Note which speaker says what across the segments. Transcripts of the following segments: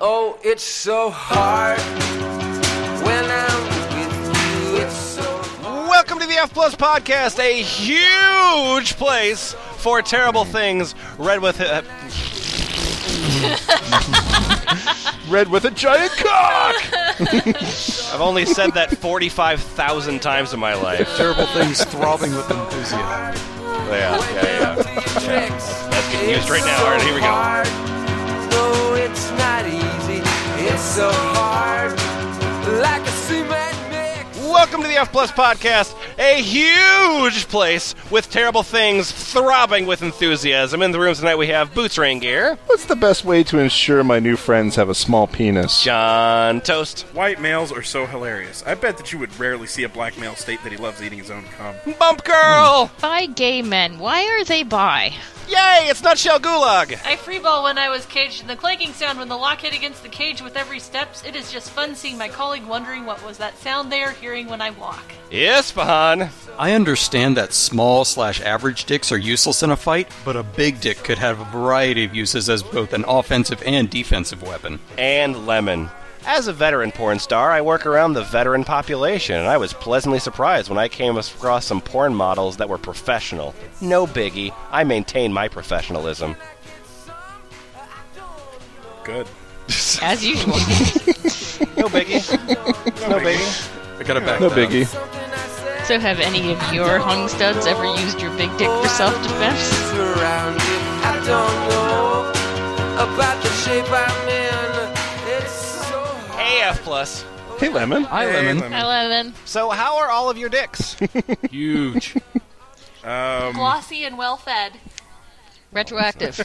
Speaker 1: Oh, it's so hard when I'm with you. It's so
Speaker 2: Welcome to the F Plus Podcast, a huge place for terrible things. Read with uh,
Speaker 3: Red with a giant cock.
Speaker 2: I've only said that forty-five thousand times in my life.
Speaker 4: terrible things throbbing with enthusiasm.
Speaker 2: Yeah, yeah, yeah.
Speaker 1: tricks.
Speaker 2: That's getting used right now. All right, here we go.
Speaker 1: hard. No, it's not easy. It's so hard. Like a cement mix.
Speaker 2: Welcome to the F Plus Podcast, a huge place with terrible things throbbing with enthusiasm. In the room tonight, we have Boots Rain Gear,
Speaker 3: What's the best way to ensure my new friends have a small penis?
Speaker 2: John Toast,
Speaker 5: White males are so hilarious. I bet that you would rarely see a black male state that he loves eating his own cum.
Speaker 2: Bump Girl.
Speaker 6: Bi gay men. Why are they bi?
Speaker 2: Yay! It's Nutshell Gulag.
Speaker 7: I freeball when I was caged, and the clanking sound when the lock hit against the cage with every steps. It is just fun seeing my colleague wondering what was that sound they are hearing when I walk.
Speaker 2: Isfahan.
Speaker 4: I understand that small slash average dicks are useless in a fight, but a big dick could have a variety of uses as both an offensive and defensive weapon.
Speaker 2: and lemon. As a veteran porn star, I work around the veteran population, and I was pleasantly surprised when I came across some porn models that were professional. No biggie, I maintain my professionalism.
Speaker 5: Good.
Speaker 6: As usual.
Speaker 2: No biggie. no biggie.
Speaker 4: I gotta back
Speaker 3: No
Speaker 4: that up.
Speaker 3: biggie.
Speaker 6: so, have any of your hung studs ever used your big
Speaker 1: Oh,
Speaker 6: dick for self defense?
Speaker 1: Surrounded. I don't know about the shape I'm in. It's so hard.
Speaker 2: AF plus.
Speaker 3: Hey, Lemon.
Speaker 4: Hi, Lemon.
Speaker 6: Hi, Lemon.
Speaker 2: So, how are all of your dicks?
Speaker 4: Huge.
Speaker 5: Um,
Speaker 7: Glossy and well fed.
Speaker 6: Retroactive.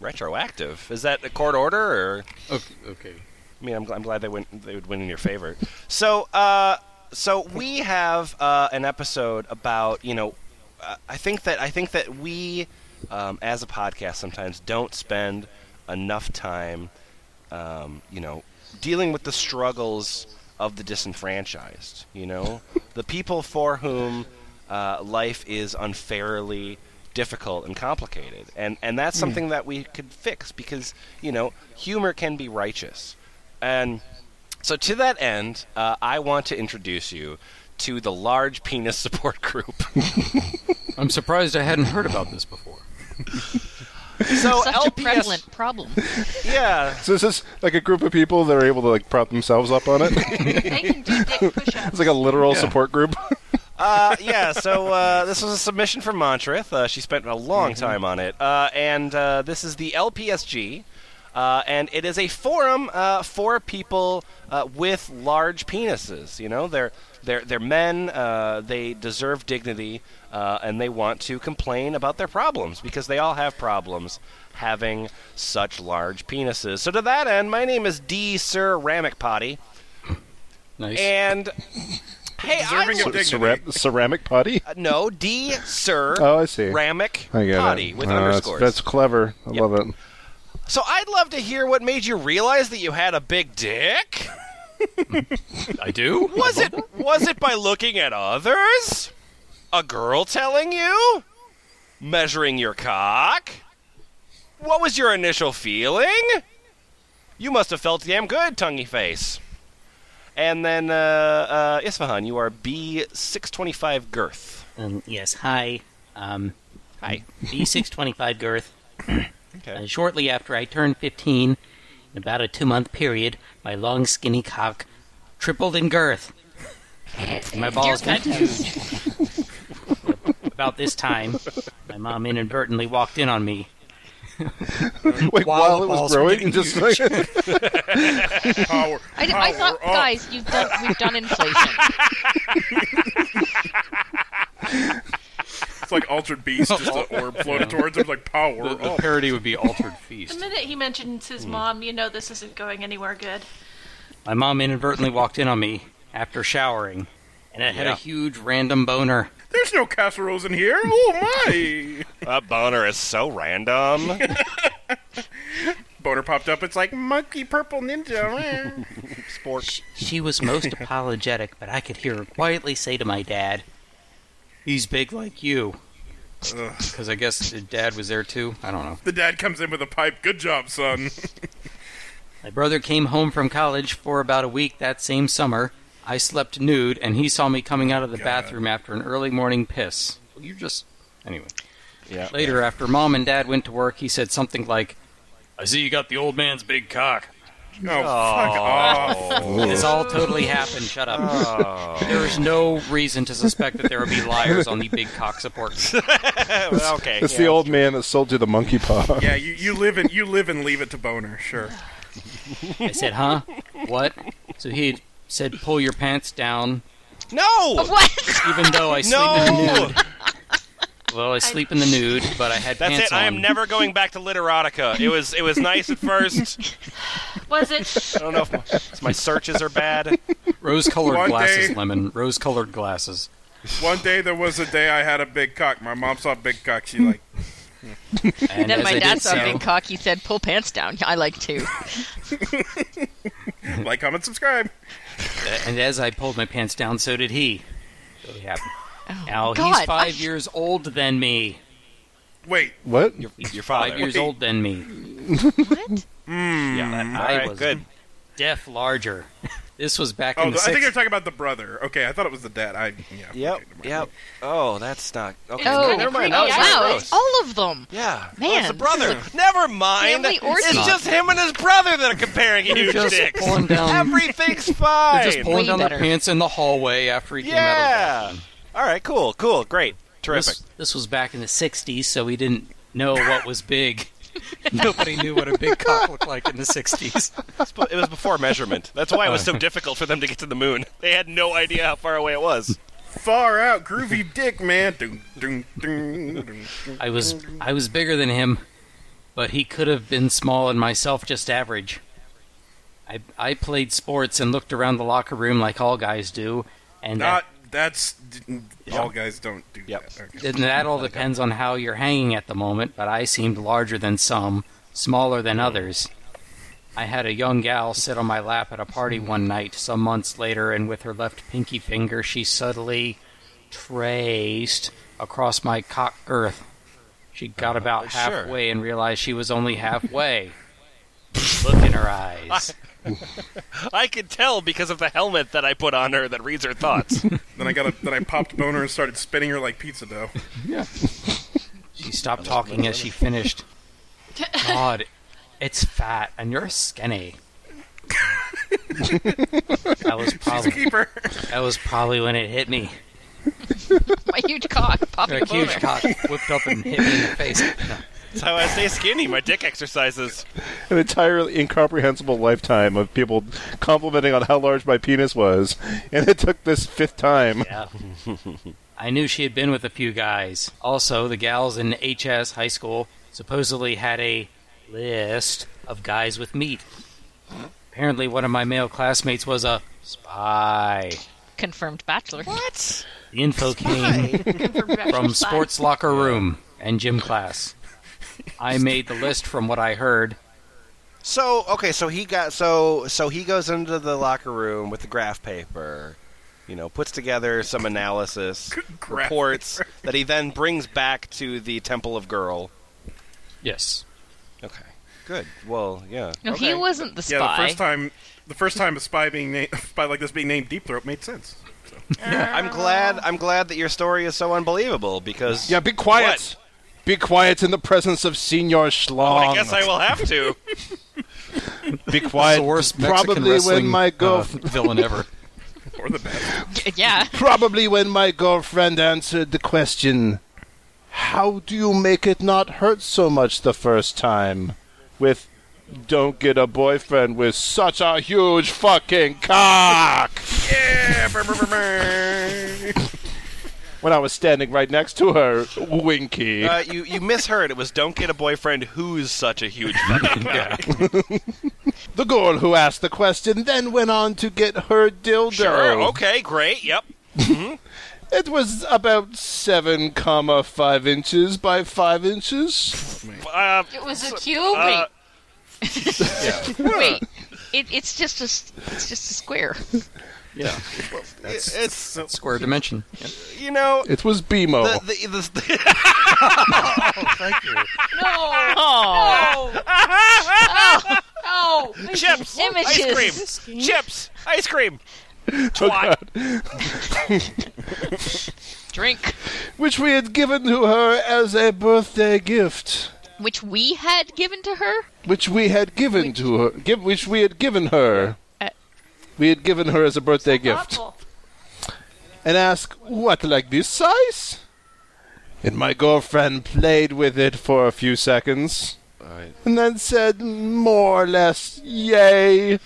Speaker 2: Retroactive. Is that a court order, or
Speaker 4: Okay. okay.
Speaker 2: I mean, I'm, gl- I'm glad they went. They would win in your favor. So, uh, so we have uh, an episode about you know, uh, I think that I think that we, um, as a podcast, sometimes don't spend enough time, um, you know, dealing with the struggles of the disenfranchised. You know, the people for whom uh, life is unfairly difficult and complicated, and and that's
Speaker 6: Hmm.
Speaker 2: something that we could fix because you know, humor can be righteous. And so, to that end, uh, I want to introduce you to the large penis support group.
Speaker 4: I'm surprised I hadn't heard about this before.
Speaker 2: so
Speaker 6: Such a
Speaker 2: LPS,
Speaker 6: prevalent problem.
Speaker 2: yeah,
Speaker 3: So this is like a group of people that are able to like prop themselves up on it.
Speaker 7: They can do dick push ups.
Speaker 3: it's like a literal support group.
Speaker 2: uh, yeah. So uh, this was a submission from Montreth. Uh, she spent a long time on it, uh, and uh, this is the LPSG. Uh, and it is a forum uh, for people uh, with large penises. You know, they're they're they're men. Uh, they deserve dignity, uh, and they want to complain about their problems because they all have problems having such large penises. So to that end, my name is D Sir Ramic Potty,
Speaker 4: Nice.
Speaker 6: Eh.
Speaker 2: and hey,
Speaker 5: Deserving
Speaker 2: I
Speaker 5: of
Speaker 2: would-
Speaker 5: dignity.
Speaker 3: Cera- ceramic potty.
Speaker 2: uh, no D Sir
Speaker 3: Oh, I see.
Speaker 2: Ramic
Speaker 3: I get
Speaker 2: Potty
Speaker 3: it.
Speaker 2: with
Speaker 3: Uh, that's-
Speaker 2: underscores.
Speaker 3: That's, clever. I
Speaker 2: Yep.
Speaker 3: love it.
Speaker 2: So I'd love to hear what made you realize that you had a big dick.
Speaker 4: I do?
Speaker 2: Was it was it by looking at others? A girl telling you? Measuring your cock? What was your initial feeling? You must have felt damn good, tonguey face. And then, uh, uh, Isfahan, you are B625 girth.
Speaker 8: Um, yes, hi. Um,
Speaker 2: Hi.
Speaker 8: B625 girth.
Speaker 2: Okay.
Speaker 8: Uh, shortly after I turned 15, in about a two month period, my long, skinny cock tripled in girth. And my balls got huge. about this time, my mom inadvertently walked in on me.
Speaker 3: Wait,
Speaker 4: While
Speaker 3: while,
Speaker 4: the
Speaker 3: it
Speaker 4: balls
Speaker 3: was
Speaker 4: were
Speaker 3: growing,
Speaker 4: getting
Speaker 3: and just like,
Speaker 5: power.
Speaker 6: I, I thought,
Speaker 5: power up.
Speaker 6: guys, you've done, we've done inflation.
Speaker 5: It's like Altered Beast, just the orb floating towards him, like power.
Speaker 4: The, the
Speaker 5: up.
Speaker 4: parody would be Altered
Speaker 7: The
Speaker 4: Feast.
Speaker 7: minute he mentions
Speaker 2: Hmm.
Speaker 7: his mom, you know this isn't going anywhere good.
Speaker 8: My mom inadvertently walked in on me after showering, and I had
Speaker 2: Yeah.
Speaker 8: a huge random boner.
Speaker 5: There's no casseroles in here. Oh my!
Speaker 2: That boner is so random.
Speaker 5: Boner popped up. It's like monkey purple ninja.
Speaker 2: Sport.
Speaker 8: She was most apologetic, but I could hear her quietly say to my dad, He's big like you.
Speaker 4: Because I guess the dad was there too. I don't know.
Speaker 5: the dad comes in with a pipe. Good job, son. Oh,
Speaker 4: My brother came home from college for about a week that same summer. I slept nude, and he saw me coming out of the bathroom after an early morning piss. You just. Anyway.
Speaker 2: Yeah.
Speaker 4: Later, after mom and dad went to work, he said something like, I see you got the old man's big cock.
Speaker 5: Oh, fuck off.
Speaker 4: This all totally happened. Shut up.
Speaker 2: Oh.
Speaker 4: There is no reason to suspect that there would be liars on the big cock support. group.
Speaker 2: Well, okay.
Speaker 3: It's
Speaker 2: yeah.
Speaker 3: the old man that sold you the monkey paw.
Speaker 5: Yeah, you, you live and you live and leave it to boner, sure.
Speaker 4: I said, huh? What? So he said, pull your pants down,
Speaker 2: No.
Speaker 6: What?
Speaker 4: even though I sleep in the nude.
Speaker 2: No.
Speaker 4: Well, I sleep in the nude, but I had
Speaker 2: That's
Speaker 4: pants
Speaker 2: it. I am
Speaker 4: on.
Speaker 2: never going back to literotica. It was it was nice at first.
Speaker 7: Was it?
Speaker 2: I don't know if my, if my searches are bad.
Speaker 4: Rose-colored
Speaker 5: One
Speaker 4: glasses,
Speaker 5: day-
Speaker 4: Lemon. Rose-colored glasses.
Speaker 5: One day there was a day I had a big cock. My mom saw big cock. She like,
Speaker 4: And
Speaker 6: Then
Speaker 4: as I
Speaker 6: my dad
Speaker 4: did
Speaker 6: saw
Speaker 4: so,
Speaker 6: Big Cock. He said, "Pull pants down." I like to.
Speaker 5: like, comment, subscribe.
Speaker 4: and as I pulled my pants down, so did he. So it happened. now
Speaker 6: God,
Speaker 4: he's five
Speaker 6: I-
Speaker 4: years old than me.
Speaker 5: Wait,
Speaker 3: What?
Speaker 2: Your father.
Speaker 4: Five years old than me.
Speaker 6: What?
Speaker 2: Yeah. All
Speaker 4: I
Speaker 2: right.
Speaker 4: was-
Speaker 2: Good.
Speaker 4: Deaf larger. This was back
Speaker 5: oh,
Speaker 4: in the
Speaker 5: I think you're
Speaker 4: six-
Speaker 5: talking about the brother. Okay, I thought it was the dad. I yeah.
Speaker 2: Yep.
Speaker 5: okay, never mind.
Speaker 2: Yep. Oh, that's not. Okay.
Speaker 7: It's
Speaker 6: Oh,
Speaker 7: kinda
Speaker 2: never mind.
Speaker 7: creepy.
Speaker 2: That was kinda
Speaker 7: I
Speaker 6: wow!
Speaker 7: know.
Speaker 2: gross.
Speaker 6: It's all of them.
Speaker 2: Yeah. Oh,
Speaker 6: Man,
Speaker 2: it's the
Speaker 6: this
Speaker 2: brother. Never mind.
Speaker 6: family orgy.
Speaker 2: It's just him and his brother that are comparing huge
Speaker 4: just
Speaker 2: dicks.
Speaker 4: pulling down-
Speaker 2: Everything's fine.
Speaker 4: Just pulling
Speaker 6: Way
Speaker 4: down
Speaker 6: better.
Speaker 4: the pants in the hallway after he came out of the bathroom.
Speaker 2: yeah. All right. Cool. Cool. Great. Terrific.
Speaker 4: This, this was back in the 60s, so we didn't know what was big. Nobody knew what a big cock looked like in the 60s.
Speaker 2: It was before measurement. That's why it was so difficult for them to get to the moon. They had no idea how far away it was.
Speaker 5: Far out, groovy dick, man. Dun, dun, dun, dun.
Speaker 4: I was I was bigger than him, but he could have been small and myself just average. I I played sports and looked around the locker room like all guys do, and
Speaker 5: Not that's didn't-
Speaker 2: Yeah.
Speaker 5: all guys don't do
Speaker 2: Yep.
Speaker 5: that. Okay.
Speaker 4: that, and that all depends on how you're hanging at the moment. But I seemed larger than some, smaller than others. I had a young gal sit on my lap at a party one night some months later, and with her left pinky finger, she subtly traced across my cock girth. She got about
Speaker 2: sure.
Speaker 4: halfway and realized she was only halfway. Look in her eyes.
Speaker 2: I could tell because of the helmet that I put on her that reads her thoughts.
Speaker 5: Then I got a, then I popped boner and started spinning her like pizza dough.
Speaker 4: She stopped talking as she finished. God, it's fat, and you're skinny. that was
Speaker 5: He's a
Speaker 4: probably
Speaker 5: keeper.
Speaker 4: that was probably when it hit me.
Speaker 6: My huge cock popping
Speaker 4: A
Speaker 6: a boner.
Speaker 4: huge cock whipped up and hit me in the face. No.
Speaker 2: That's how I stay skinny. My dick exercises.
Speaker 3: An entirely incomprehensible lifetime of people complimenting on how large my penis was, and it took this fifth time.
Speaker 4: Yeah. I knew she had been with a few guys. Also, the gals in HS high school supposedly had a list of guys with meat. Apparently, one of my male classmates was a spy.
Speaker 6: Confirmed bachelor. What?
Speaker 4: The info came from sports locker room and gym class. I made the list from what I heard.
Speaker 2: So okay, so he got so so he goes into the locker room with the graph paper, you know, puts together some analysis
Speaker 5: Graph
Speaker 2: reports that he then brings back to the Temple of Girl.
Speaker 4: Yes.
Speaker 2: Okay, good. Well, yeah.
Speaker 6: No, he wasn't the
Speaker 5: Yeah, the
Speaker 6: spy.
Speaker 5: first time, the first time a spy being named, spy like this being named Deep Throat made sense.
Speaker 2: I'm glad. I'm glad that your story is so unbelievable because
Speaker 3: Yeah, be quiet.
Speaker 2: What?
Speaker 3: Be quiet in the presence of Senor
Speaker 2: Well,
Speaker 3: Schlong.
Speaker 2: I guess I will have to.
Speaker 3: Be quiet.
Speaker 4: Source Mexican
Speaker 3: probably when
Speaker 4: wrestling,
Speaker 3: my
Speaker 4: uh,
Speaker 3: girlfriend.
Speaker 4: villain ever.
Speaker 5: Or the best.
Speaker 6: yeah.
Speaker 3: Probably when my girlfriend answered the question, How do you make it not hurt so much the first time? With, Don't get a boyfriend with such a huge fucking cock!
Speaker 5: Yeah. brr, brr, brr, brr.
Speaker 3: When I was standing right next to her, Winky.
Speaker 2: Uh, you you misheard. It was don't get a boyfriend who's such a huge fucking guy.
Speaker 3: the girl who asked the question then went on to get her dildo.
Speaker 2: Sure. Okay. Great. Yep.
Speaker 3: It was about seven comma five inches by five inches.
Speaker 2: Uh,
Speaker 7: It was a cube.
Speaker 2: Uh,
Speaker 6: Wait. It, it's just a s- it's just a square.
Speaker 4: Yeah.
Speaker 2: it's
Speaker 4: Square dimension.
Speaker 2: you know
Speaker 3: It was BMO.
Speaker 2: the
Speaker 4: Oh.
Speaker 2: the, the, the
Speaker 7: no.
Speaker 6: Oh,
Speaker 7: No. No.
Speaker 6: Oh.
Speaker 2: Chip, ice cream,
Speaker 6: Sandwiches.
Speaker 2: chips, ice cream.
Speaker 3: Oh, God.
Speaker 6: Drink.
Speaker 3: Which we had given to her as a birthday gift.
Speaker 6: Which we had given to her?
Speaker 3: Which we had given to her. Give, which we had given her.
Speaker 6: Uh,
Speaker 3: We had given her as a birthday gift.
Speaker 7: Thoughtful.
Speaker 3: and ask, What, like this size? And my girlfriend played with it for a few seconds. And then said, More or less, yay.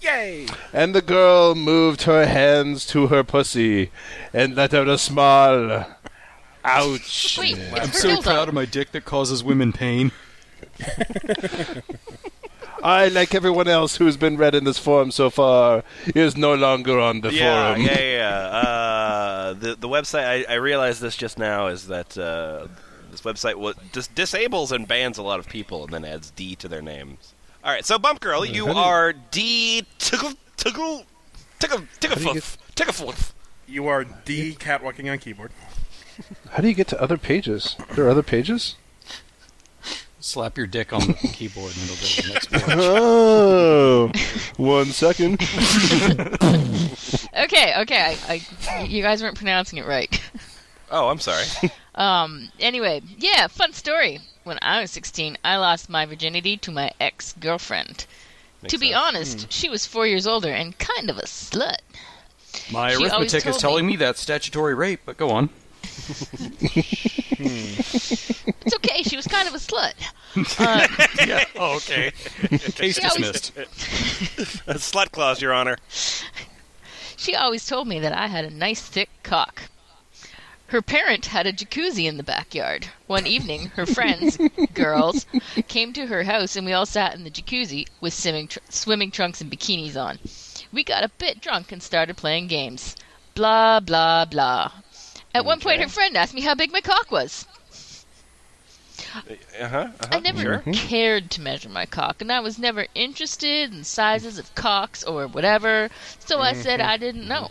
Speaker 5: Yay!
Speaker 3: And the girl moved her hands to her pussy and let out a small. Ouch.
Speaker 6: Wait, it's
Speaker 4: I'm
Speaker 6: her
Speaker 4: so
Speaker 6: dildo.
Speaker 4: proud of my dick that causes women pain.
Speaker 3: I, like everyone else who's been read in this forum so far, is no longer on the
Speaker 2: yeah,
Speaker 4: um,
Speaker 3: forum.
Speaker 2: yeah, yeah, yeah. Uh, the the website I, I realized this just now is that uh, this website wa dis- disables and bans a lot of people and then adds D to their names. All right, so Bump Girl, you are D tickle tickle tickle ticklefoof ticklefoof.
Speaker 5: You are the cat walking on keyboard.
Speaker 3: How do you get to other pages? There are other pages?
Speaker 4: Slap your dick on the keyboard and it'll go to the next page.
Speaker 3: Oh, one second.
Speaker 6: Okay, okay. I, I, you guys weren't pronouncing it right.
Speaker 2: Oh, I'm sorry.
Speaker 6: Um. Anyway, yeah, fun story. When I was 16, I lost my virginity to my ex-girlfriend. to be honest, she was four years older and kind of a slut.
Speaker 4: My
Speaker 6: She always
Speaker 4: arithmetic is
Speaker 6: told
Speaker 4: telling me that's statutory rape, but go on.
Speaker 6: It's okay. she was kind of a slut.
Speaker 4: Yeah, oh, okay. Case
Speaker 6: She always-
Speaker 4: dismissed.
Speaker 2: Slut clause, Your Honor.
Speaker 6: She always told me that I had a nice thick cock. Her parent had a jacuzzi in the backyard. One evening, her friends, girls, came to her house and we all sat in the jacuzzi with swimming, tr- swimming trunks and bikinis on. We got a bit drunk and started playing games. Blah, blah, blah. At one point, her friend asked me how big my cock was.
Speaker 2: Uh huh.
Speaker 6: I never cared to measure my cock, and I was never interested in sizes of cocks or whatever, so I said I didn't know.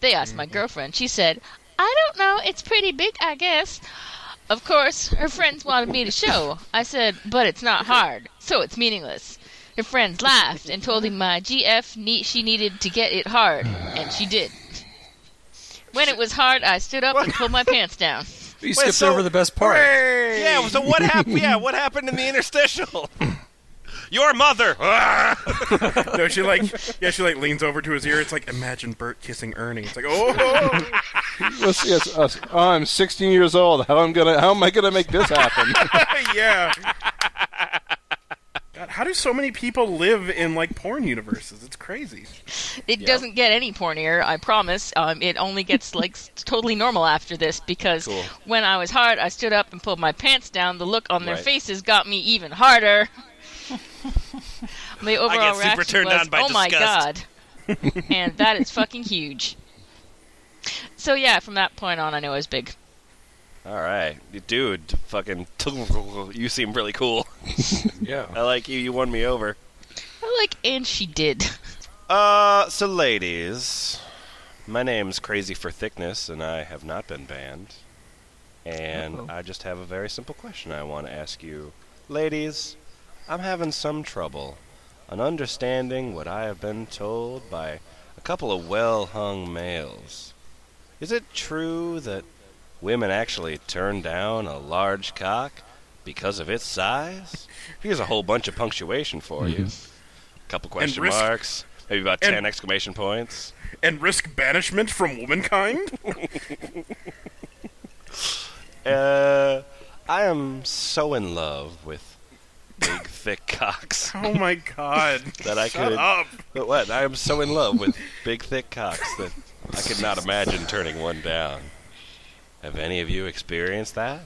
Speaker 6: They asked my girlfriend. She said, I don't know. It's pretty big, I guess. Of course, her friends wanted me to show. I said, but it's not hard, so it's meaningless. Her friends laughed and told him my GF ne- she needed to get it hard, and she did. When it was hard, I stood up and pulled my pants down.
Speaker 4: You skipped
Speaker 2: so-
Speaker 4: over the best part.
Speaker 2: Yeah. So what happened? Yeah, what happened in the interstitial? Your mother.
Speaker 5: No, she like, yeah, she like leans over to his ear. It's like, imagine Bert kissing Ernie. It's like, oh,
Speaker 3: Yes, yes, us. I'm 16 years old. How am gonna? How am I gonna make this happen?
Speaker 5: yeah. God, how do so many people live in like porn universes? It's crazy.
Speaker 6: It doesn't get any pornier, I promise. Um, it only gets like s- totally normal after this because
Speaker 2: Cool.
Speaker 6: when I was hard, I stood up and pulled my pants down. The look on their
Speaker 2: Right.
Speaker 6: faces got me even harder. my overall
Speaker 2: super
Speaker 6: reaction
Speaker 2: turned
Speaker 6: was,
Speaker 2: on by
Speaker 6: "Oh my
Speaker 2: disgust."
Speaker 6: god," and that is fucking huge. So yeah, from that point on, I know I was big.
Speaker 2: All right, dude. Fucking. You seem really cool.
Speaker 4: Yeah.
Speaker 2: I like you. You won me over.
Speaker 6: I like, and she did.
Speaker 2: Uh, so ladies, my name's Crazy for Thickness, and I have not been banned. And I just have a very simple question I want to ask you. Ladies, I'm having some trouble on understanding what I have been told by a couple of well hung males. Is it true that women actually turn down a large cock because of its size? Here's a whole bunch of punctuation for you. Couple question
Speaker 5: risk-
Speaker 2: marks, maybe about
Speaker 5: and-
Speaker 2: ten exclamation points.
Speaker 5: And risk banishment from womankind.
Speaker 2: Uh, I am so in love with big, thick cocks
Speaker 5: Oh my god.
Speaker 2: that I
Speaker 5: Shut
Speaker 2: could.
Speaker 5: up.
Speaker 2: But what? I am so in love with big, thick cocks that I could not imagine turning one down. Have any of you experienced that?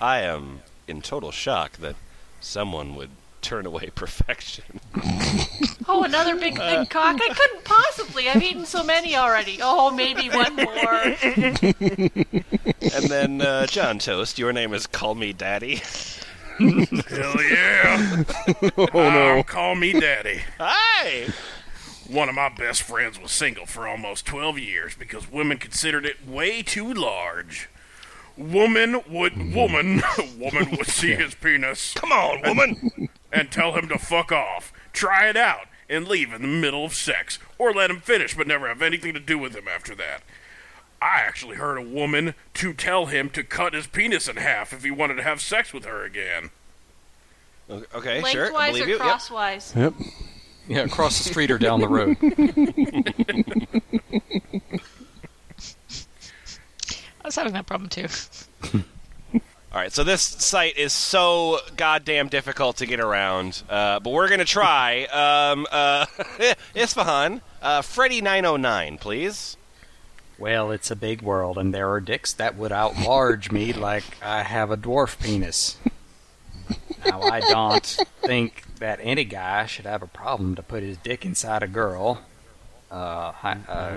Speaker 2: I am in total shock that someone would turn away perfection.
Speaker 7: Oh, another big
Speaker 2: Uh.
Speaker 7: thin cock. I couldn't possibly. I've eaten so many already. Oh, maybe one more.
Speaker 2: And then, uh, John Toast, your name is Call Me Daddy.
Speaker 5: Hell yeah. oh no. call me daddy.
Speaker 2: Hi!
Speaker 5: One of my best friends was single for almost 12 years because women considered it way too large. Woman would woman woman would see his penis
Speaker 2: Come Mm-hmm. on, woman!
Speaker 5: and tell him to fuck off. Try it out. and leave in the middle of sex, or let him finish but never have anything to do with him after that. I actually heard a woman to tell him to cut his penis in half if he wanted to have sex with her again.
Speaker 2: Okay, sure. I
Speaker 7: Lengthwise
Speaker 2: believe
Speaker 7: or
Speaker 2: you. Yep.
Speaker 7: crosswise?
Speaker 3: Yep.
Speaker 4: Yeah, across the street or down the road.
Speaker 6: I was having that problem too.
Speaker 2: All right, so this site is so goddamn difficult to get around, uh, but we're gonna try. Um, uh, Isfahan, uh, Freddy nine oh nine, please.
Speaker 4: Well, it's a big world, and there are dicks that would outlarge me like I have a dwarf penis. Now, I don't think that any guy should have a problem to put his dick inside a girl. Uh, hi- uh,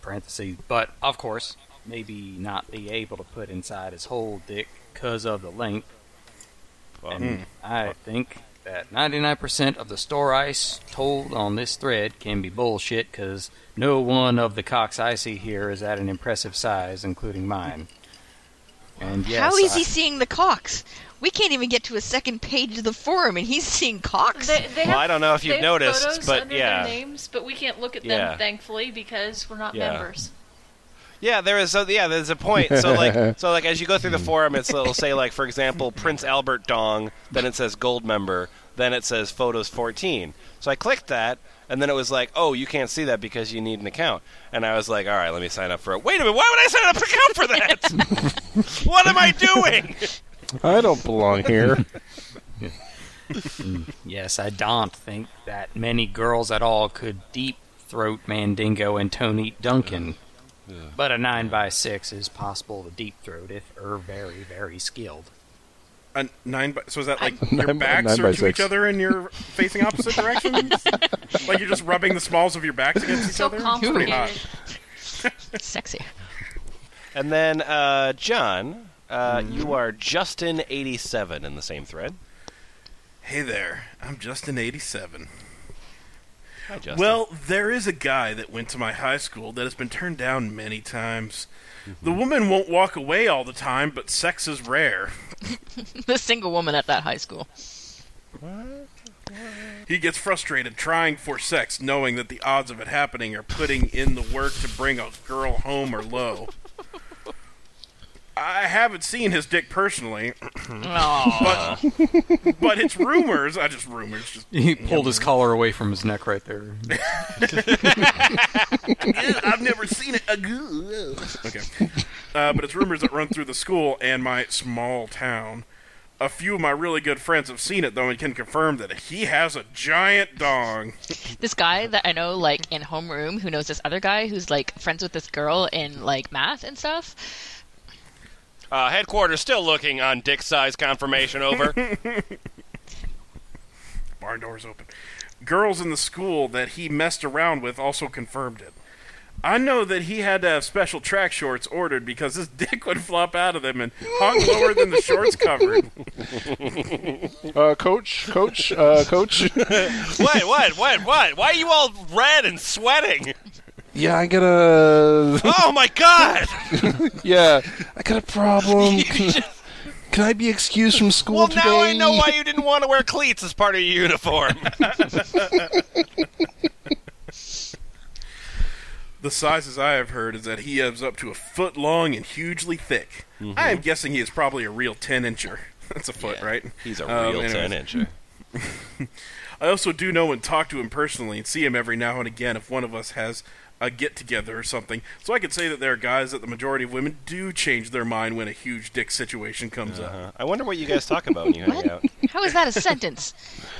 Speaker 4: parentheses, but of course, maybe not be able to put inside his whole dick because of the length. And I think that 99% of the store ice told on this thread can be bullshit because no one of the cocks I see here is at an impressive size, including mine. And yes,
Speaker 6: How is
Speaker 4: I-
Speaker 6: he seeing the cocks? We can't even get to a second page of the forum, and he's seeing cocks.
Speaker 7: They, they
Speaker 2: Well,
Speaker 7: have,
Speaker 2: I don't know if you've
Speaker 7: they have
Speaker 2: noticed,
Speaker 7: photos
Speaker 2: but
Speaker 7: under
Speaker 2: yeah.
Speaker 7: their names, but we can't look at them
Speaker 2: Yeah.
Speaker 7: thankfully because we're not
Speaker 2: Yeah.
Speaker 7: members.
Speaker 2: Yeah, there is. So yeah, there's a point. So like, so like, as you go through the forum, it's, it'll say like, for example, Prince Albert Dong. Then it says Gold Member. Then it says Photos 14. So I clicked that, and then it was like, oh, you can't see that because you need an account. And I was like, all right, let me sign up for it. Wait a minute, why would I sign up for an account for that? what am I doing?
Speaker 3: I don't belong here.
Speaker 4: yes, I don't think that many girls at all could deep throat Mandingo and Tony Duncan. But a 9 by 6 is possible to deep throat if er very, very skilled.
Speaker 5: A nine by, so is that like
Speaker 3: Nine by-
Speaker 5: your backs
Speaker 3: nine by
Speaker 5: are to each
Speaker 3: six.
Speaker 5: other and you're facing opposite directions? like you're just rubbing the smalls of your backs against each
Speaker 7: So
Speaker 5: other? It's pretty hot.
Speaker 7: complicated.
Speaker 6: Sexy.
Speaker 2: And then uh, John, uh, you are Justin 87 in the same thread.
Speaker 5: Hey there, I'm Justin eighty seven.
Speaker 2: Hi, Justin.
Speaker 5: Well, there is a guy that went to my high school that has been turned down many times. The
Speaker 3: Mm-hmm.
Speaker 5: woman won't walk away all the time, but sex is rare.
Speaker 6: the single woman at that high school.
Speaker 5: He gets frustrated trying for sex, knowing that the odds of it happening or putting in the work to bring a girl home are low. I haven't seen his dick personally,
Speaker 6: Oh,
Speaker 5: but but it's rumors. I just rumors. Just,
Speaker 4: He pulled his collar away from his neck right there.
Speaker 5: "Ew, I've never seen it. Ugh. Okay, uh, but it's rumors that run through the school and my small town. A few of my really good friends have seen it though and can confirm that he has a giant dong.
Speaker 6: this guy that I know, like in homeroom, who knows this other guy who's like friends with this girl in like math and stuff.
Speaker 2: uh, headquarters still looking on dick size confirmation. Over.
Speaker 5: barn doors open. Girls in the school that he messed around with also confirmed it. I know that he had to have special track shorts ordered because his dick would flop out of them and hung lower than the shorts covered.
Speaker 3: Uh, coach, coach, uh, coach.
Speaker 2: what? What? What? What? Why are you all red and sweating?
Speaker 3: yeah, I got a.
Speaker 2: Oh my god!
Speaker 3: Yeah, I got a problem. Can, I be excused from school
Speaker 2: Well,
Speaker 3: today?
Speaker 2: now I know why you didn't want to wear cleats as part of your uniform.
Speaker 5: The sizes I have heard is that he is up to a foot long and hugely thick. I am guessing he is probably a real 10 incher. That's a foot, right? Um, anyways.
Speaker 2: incher.
Speaker 5: I also do know and talk to him personally and see him every now and again if one of us has a get together or something. So I could say that there are guys that the majority of women do change their mind when a huge dick situation comes up.
Speaker 2: Uh, I wonder what you guys talk about when you hang
Speaker 6: What?
Speaker 2: out.
Speaker 6: How is that a sentence?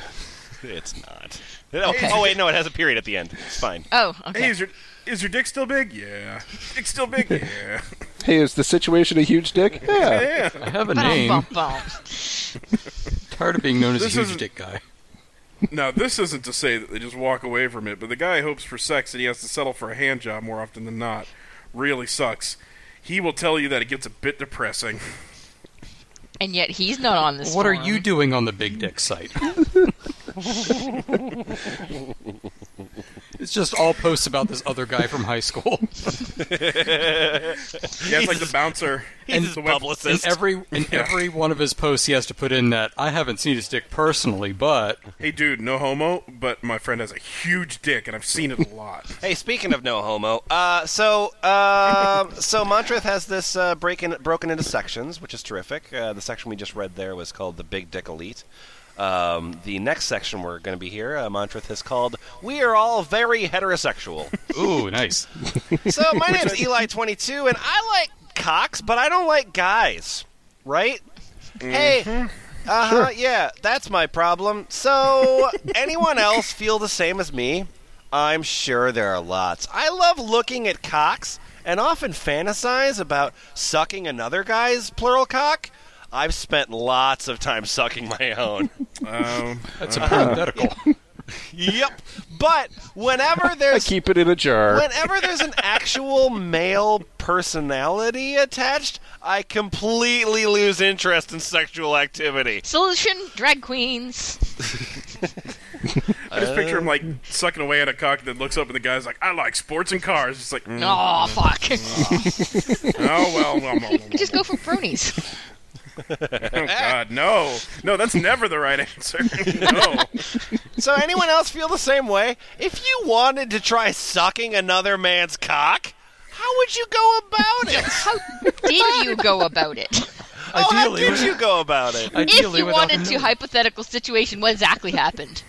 Speaker 2: It's not. Oh, oh, wait, no, it has a period at the end. It's fine.
Speaker 6: Oh,
Speaker 5: Hey,
Speaker 6: okay.
Speaker 5: is your is your dick still big? Yeah. Dick still big? Yeah.
Speaker 3: Hey, is the situation a huge dick? Yeah.
Speaker 5: yeah.
Speaker 4: I have a
Speaker 6: Bum,
Speaker 4: name.
Speaker 6: bum, bum.
Speaker 4: Tired of being known as
Speaker 5: This
Speaker 4: a huge
Speaker 5: isn't-
Speaker 4: dick guy.
Speaker 5: Now this isn't to say that they just walk away from it, but the guy hopes for sex and he has to settle for a hand job more often than not. Really sucks. He will tell you that it gets a bit depressing.
Speaker 6: And yet he's not on this.
Speaker 4: What are
Speaker 6: forum.
Speaker 4: you doing on the big dick site?
Speaker 9: It's just all posts about this other guy from high school.
Speaker 5: Yeah, it's like the bouncer.
Speaker 9: And
Speaker 5: the
Speaker 9: In
Speaker 2: publicist.
Speaker 9: every in every one of his posts, he has to put in that I haven't seen his dick personally, but
Speaker 5: Hey, dude, no homo, but my friend has a huge dick, and I've seen it a lot.
Speaker 2: Hey, speaking of no homo, uh, so uh, so Montreth has this uh, break in, broken into sections, which is terrific. Uh, the section we just read there was called the Big Dick Elite. Um, the next section we're going to be here, uh, Montreth has called "We Are All Very Heterosexual."
Speaker 9: ooh, nice.
Speaker 2: so my name's Eli Twenty Two, and I like cocks, but I don't like guys. Right? Hey.
Speaker 3: Mm-hmm.
Speaker 2: Uh huh. Yeah, that's my problem. So, anyone else feel the same as me? I'm sure there are lots. I love looking at cocks and often fantasize about sucking another guy's plural cock. I've spent lots of time sucking my own.
Speaker 5: Um,
Speaker 9: That's a parenthetical.
Speaker 2: yep. But whenever
Speaker 3: I
Speaker 2: there's
Speaker 3: keep it in a jar.
Speaker 2: Whenever there's an actual male personality attached, I completely lose interest in sexual activity.
Speaker 6: Solution: drag queens.
Speaker 5: I just picture him like sucking away at a cock, and then looks up, and the guy's like, "I like sports and cars." It's like, mm,
Speaker 6: Oh fuck!
Speaker 5: oh well, well, well, well,
Speaker 6: Just go for bronies.
Speaker 5: oh god, no, no, that's never the right answer. no,
Speaker 2: So anyone else feel the same way? If you wanted to try sucking another man's cock, how would you go about it?
Speaker 6: How did you go about it?
Speaker 2: oh, how
Speaker 9: Ideally,
Speaker 2: did you go about it?
Speaker 6: If
Speaker 9: ideally
Speaker 6: you
Speaker 9: without-
Speaker 6: wanted to, hypothetical situation, what exactly happened?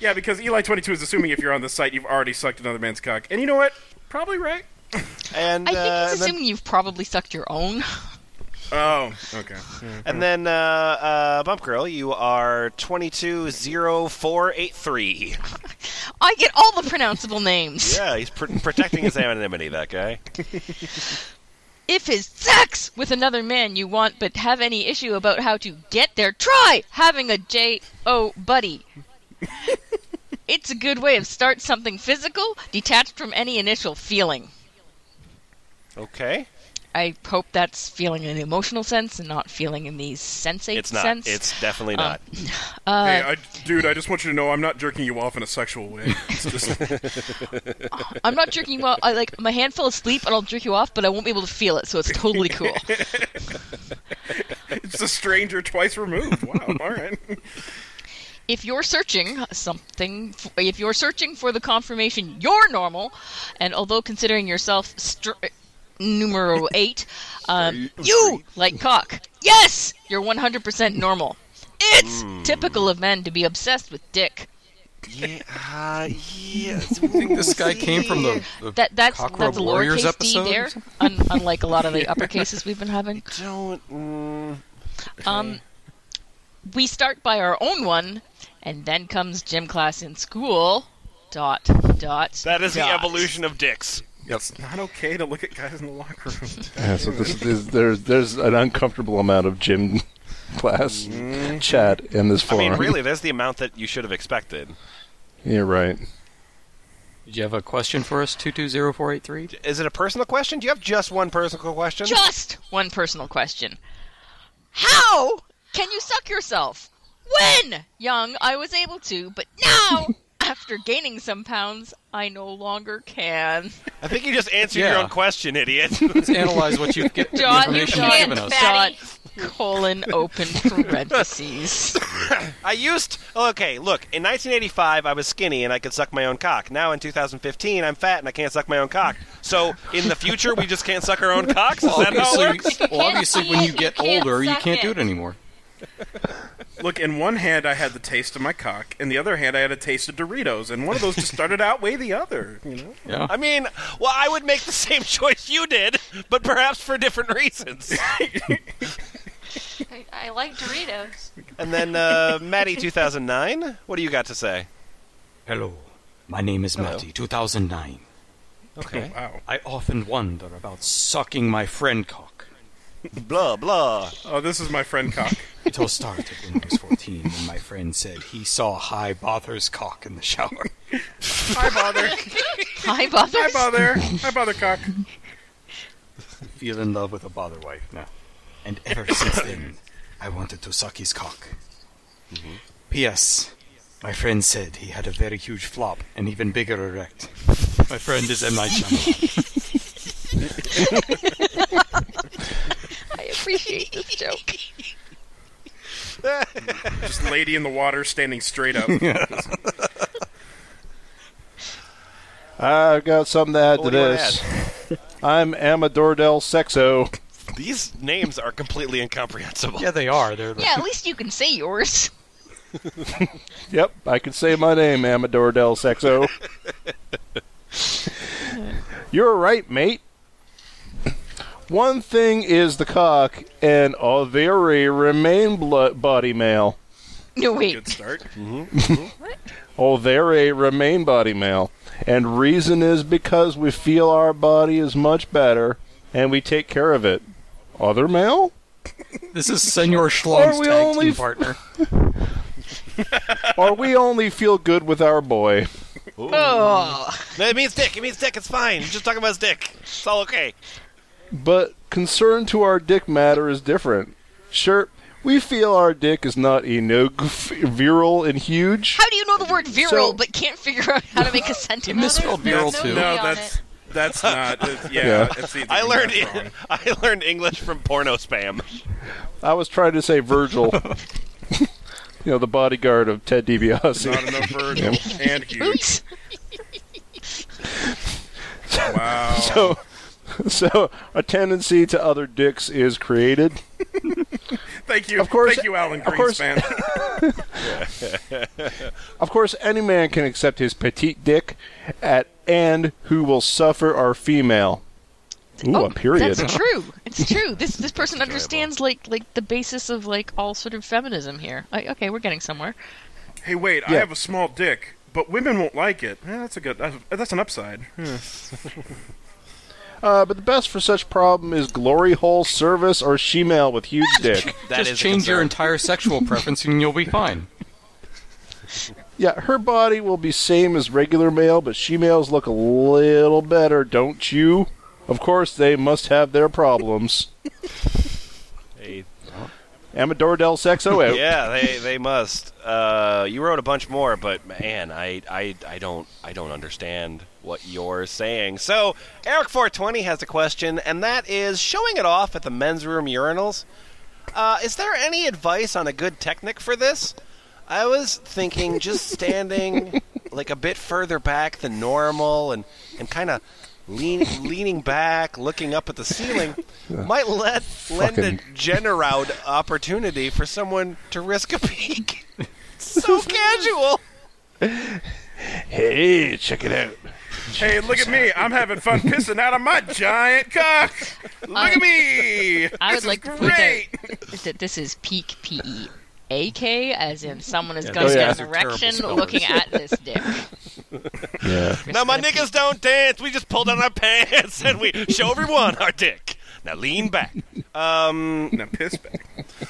Speaker 5: yeah, because Eli Twenty Two is assuming if you're on the site, you've already sucked another man's cock, and you know what? Probably right.
Speaker 2: And uh,
Speaker 6: I think he's
Speaker 2: and then,
Speaker 6: assuming you've probably sucked your own.
Speaker 5: Oh, okay.
Speaker 2: and then uh, uh, Bump Girl, you are twenty two zero four eight three.
Speaker 6: I get all the pronounceable names.
Speaker 2: Yeah, he's pr- protecting his anonymity. That guy.
Speaker 6: If his sex with another man you want but have any issue about how to get there, try having a J.O. buddy. it's a good way of start something physical, detached from any initial feeling.
Speaker 2: Okay.
Speaker 6: I hope that's feeling in an emotional sense and not feeling in the sensate
Speaker 2: It's not.
Speaker 6: sense.
Speaker 2: It's definitely not.
Speaker 5: hey, I, dude, I just want you to know I'm not jerking you off in a sexual way. It's just,
Speaker 6: I'm not jerking you off. I, like my hand fell asleep and I'll jerk you off, but I won't be able to feel it, so it's totally cool.
Speaker 5: it's a stranger twice removed. Wow. All right.
Speaker 6: if you're searching something, if you're searching for the confirmation you're normal, and although considering yourself str- numero eight, um, you like cock. Yes, you're 100% normal. It's
Speaker 2: Hmm.
Speaker 6: typical of men to be obsessed with dick.
Speaker 2: Yeah, uh, yeah.
Speaker 9: I think this guy came from the, the
Speaker 6: That that's
Speaker 9: Cockroach
Speaker 6: that's a
Speaker 9: Warriors
Speaker 6: lowercase
Speaker 9: episode.
Speaker 6: d there, un- unlike a lot of the uppercases we've been having.
Speaker 2: Don't. Mm,
Speaker 6: Um, we start by our own one, and then comes gym class in school. Dot dot.
Speaker 2: that is the
Speaker 6: dot.
Speaker 2: evolution of dicks.
Speaker 5: It's not okay to look at guys in the locker room.
Speaker 3: Yeah, so this, this, there's there's an uncomfortable amount of gym class chat in this
Speaker 2: I
Speaker 3: forum.
Speaker 2: mean, really, there's the amount that you should have expected.
Speaker 3: You're right.
Speaker 4: Did you have a question for us? Two two zero four eight three.
Speaker 2: Is it a personal question? Do you have just one personal question?
Speaker 6: Just one personal question. How can you suck yourself? When young, I was able to, but now, after gaining some pounds, I no longer can.
Speaker 2: I think you just answered your
Speaker 9: Yeah.
Speaker 2: own question, idiot.
Speaker 9: Let's analyze what you get. The
Speaker 6: Dot,
Speaker 9: information you've
Speaker 6: dot,
Speaker 9: given us.
Speaker 6: dot,
Speaker 7: Fatty.
Speaker 6: colon, open parentheses.
Speaker 2: I used. oh, Okay, look. In 1985, I was skinny and I could suck my own cock. Now in 2015, I'm fat and I can't suck my own cock. So in the future, we just can't suck our own cocks. Is that how it works?
Speaker 9: Obviously, well, obviously, when you get
Speaker 7: can't
Speaker 9: older, you
Speaker 7: suck
Speaker 9: can't do
Speaker 7: it.
Speaker 9: it anymore.
Speaker 5: Look, in one hand I had the taste of my cock, in the other hand I had a taste of Doritos, and one of those just started out way the other. You know,
Speaker 9: Yeah.
Speaker 2: I mean, well, I would make the same choice you did, but perhaps for different reasons.
Speaker 7: I, I like Doritos.
Speaker 2: And then uh, Maddie 2009, what do you got to say?
Speaker 4: Hello, my name is
Speaker 2: Hello.
Speaker 4: Matty. Two thousand nine.
Speaker 2: Okay.
Speaker 5: wow.
Speaker 4: I often wonder about sucking my friend cock.
Speaker 2: Blah blah.
Speaker 5: Oh, this is my friend cock.
Speaker 4: It all started when I was 14 when my friend said he saw High Bother's cock in the shower.
Speaker 5: Hi, bother.
Speaker 6: Hi, bothers.
Speaker 5: Hi, bother. Hi, bother cock.
Speaker 4: Feel in love with a bother wife now. And ever since then, I wanted to suck his cock. P.S.
Speaker 9: My friend said he had a very huge flop and even bigger erect. My friend is M. Night Shyamalan.
Speaker 6: I appreciate this joke.
Speaker 5: Just lady in the water standing straight up.
Speaker 3: I've got something to add
Speaker 2: What
Speaker 3: to
Speaker 2: do you wanna
Speaker 3: this. I'm Amador del Sexo.
Speaker 2: These names are completely incomprehensible.
Speaker 9: Yeah, they are. They're
Speaker 6: Yeah, at least you can say yours.
Speaker 3: Yep, I can say my name, Amador del Sexo. You're right, mate. One thing is the cock, and ovary remain blo- body male.
Speaker 6: No,
Speaker 5: Good
Speaker 6: wait.
Speaker 5: start.
Speaker 3: Ovary remain body male. And reason is because we feel our body is much better and we take care of it. Other male?
Speaker 9: This is Senor Schlong's
Speaker 3: Are we
Speaker 9: tag
Speaker 3: only
Speaker 9: team
Speaker 3: f-
Speaker 9: partner.
Speaker 3: or we only feel good with our boy.
Speaker 6: Oh,
Speaker 2: No, it means dick. It means dick. It's fine. Just talking about his dick. It's all okay.
Speaker 3: But concern to our dick matter is different. Sure, we feel our dick is not enough viral and huge.
Speaker 6: how do you know the word virile
Speaker 3: So-
Speaker 6: but can't figure out how to make a sentence?
Speaker 9: Miss misspelled
Speaker 7: There's
Speaker 9: Viral too.
Speaker 7: E
Speaker 5: No,
Speaker 7: on
Speaker 5: that's
Speaker 7: it.
Speaker 5: that's not. it's- yeah,
Speaker 3: Yeah.
Speaker 5: It's, it's,
Speaker 2: I learned E-
Speaker 5: that's wrong.
Speaker 2: I learned English from porno spam.
Speaker 3: I was trying to say Virgil. you know, the bodyguard of Ted
Speaker 5: Not
Speaker 3: DiBiase.
Speaker 5: enough Virgil and huge.
Speaker 6: Oops.
Speaker 5: Wow.
Speaker 3: So, so a tendency to other dicks is created.
Speaker 5: thank you.
Speaker 3: of course-
Speaker 5: thank you, Alan
Speaker 3: of course-
Speaker 5: Greenspan.
Speaker 3: Of course, any man can accept his petite dick at and who will suffer are female. Ooh,
Speaker 6: oh,
Speaker 3: a period.
Speaker 6: That's true. It's true. This this person understands like like the basis of like all sort of feminism here. Like, okay, we're getting somewhere.
Speaker 5: hey, wait. I
Speaker 3: Yeah.
Speaker 5: have a small dick, but women won't like it. Eh, that's a good. That's, that's an upside.
Speaker 3: Uh, but the best for such problem is glory hole service or shemale with huge dick.
Speaker 2: That is
Speaker 9: Just change your entire sexual preference and you'll be fine.
Speaker 3: Yeah, her body will be same as regular male, but shemales look a little better, don't you? Of course, they must have their problems.
Speaker 2: Hey.
Speaker 3: Amador del Sexo eh? out.
Speaker 2: Yeah, they they must. Uh, you wrote a bunch more, but man, I, I I don't I don't understand what you're saying. So Eric 420 has a question, and that is showing it off at the men's room urinals. Uh, is there any advice on a good technique for this? I was thinking just standing like a bit further back than normal and, and kind of lean, leaning back, looking up at the ceiling might let, lend a general opportunity for someone to risk a peek. so casual.
Speaker 3: Hey, check it out.
Speaker 5: hey, look at me. I'm having fun pissing out of my giant cock. Look at
Speaker 2: Um,
Speaker 5: me.
Speaker 6: I
Speaker 5: This
Speaker 6: would like
Speaker 5: is
Speaker 6: to point
Speaker 5: great.
Speaker 6: out is that this is peak P E A K, as in someone is
Speaker 3: those
Speaker 6: going to get
Speaker 3: guys
Speaker 6: an
Speaker 9: are terrible
Speaker 6: erection
Speaker 9: spellers.
Speaker 6: looking at this dick.
Speaker 3: Yeah.
Speaker 2: Now, my niggas don't dance. We just pull down our pants and we show everyone our dick. Now, lean back. Um,
Speaker 5: Now piss back.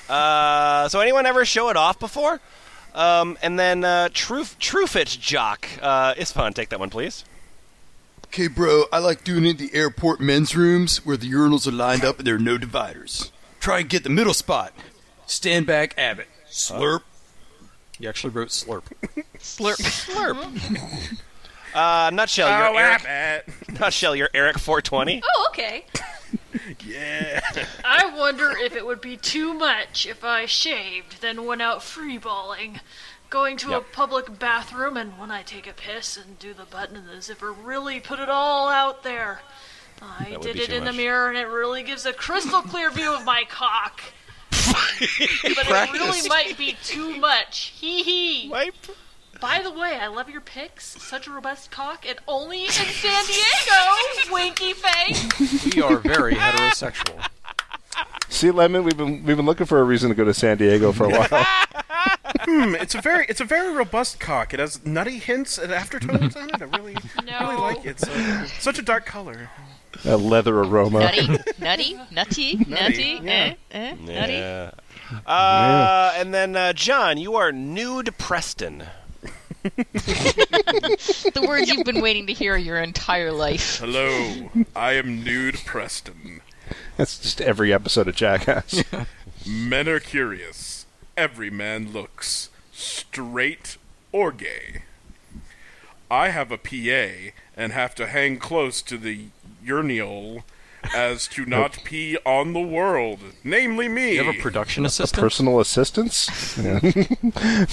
Speaker 2: Uh, so anyone ever show it off before? Um, and then uh, True Truefitch Jock uh, Isfan, take that one, please.
Speaker 10: Okay, bro, I like doing it in the airport men's rooms where the urinals are lined up and there are no dividers. Try and get the middle spot. Stand back, Abbott. Slurp.
Speaker 9: You actually wrote slurp.
Speaker 6: Slurp. Slurp.
Speaker 2: Uh, nutshell,
Speaker 5: Oh,
Speaker 2: you're Eric.
Speaker 5: Abbott.
Speaker 2: Nutshell, you're Eric 420.
Speaker 7: Oh, okay.
Speaker 5: Yeah.
Speaker 7: I wonder if it would be too much if I shaved, then went out freeballing. Going to a
Speaker 2: Yep.
Speaker 7: public bathroom, and when I take a piss and do the button and the zipper, really put it all out there. I
Speaker 2: That would
Speaker 7: did
Speaker 2: be
Speaker 7: it
Speaker 2: too
Speaker 7: in
Speaker 2: much.
Speaker 7: the mirror, and it really gives a crystal clear view of my cock. but it really might be too much. Hee hee. By the way, I love your pics. Such a robust cock, and only in San Diego. Winky face.
Speaker 9: We are very heterosexual.
Speaker 3: See, Lemon, we've been we've been looking for a reason to go to San Diego for a while.
Speaker 5: Hmm, it's a very it's a very robust cock. It has nutty hints and aftertones on it. I really really
Speaker 7: No.
Speaker 5: like it. It's uh, such a dark color.
Speaker 3: a leather aroma.
Speaker 6: Nutty, nutty, nutty, nutty, eh, eh, nutty.
Speaker 2: Yeah. Uh, and then uh, John, you are nude Preston.
Speaker 6: The words you've been waiting to hear your entire life.
Speaker 5: Hello, I am nude Preston.
Speaker 3: That's just every episode of Jackass.
Speaker 5: Men are curious. Every man looks straight or gay. I have a PA and have to hang close to the urinal as to not pee on the world, namely me.
Speaker 9: You have a production assistant?
Speaker 3: Personal assistance? Yeah.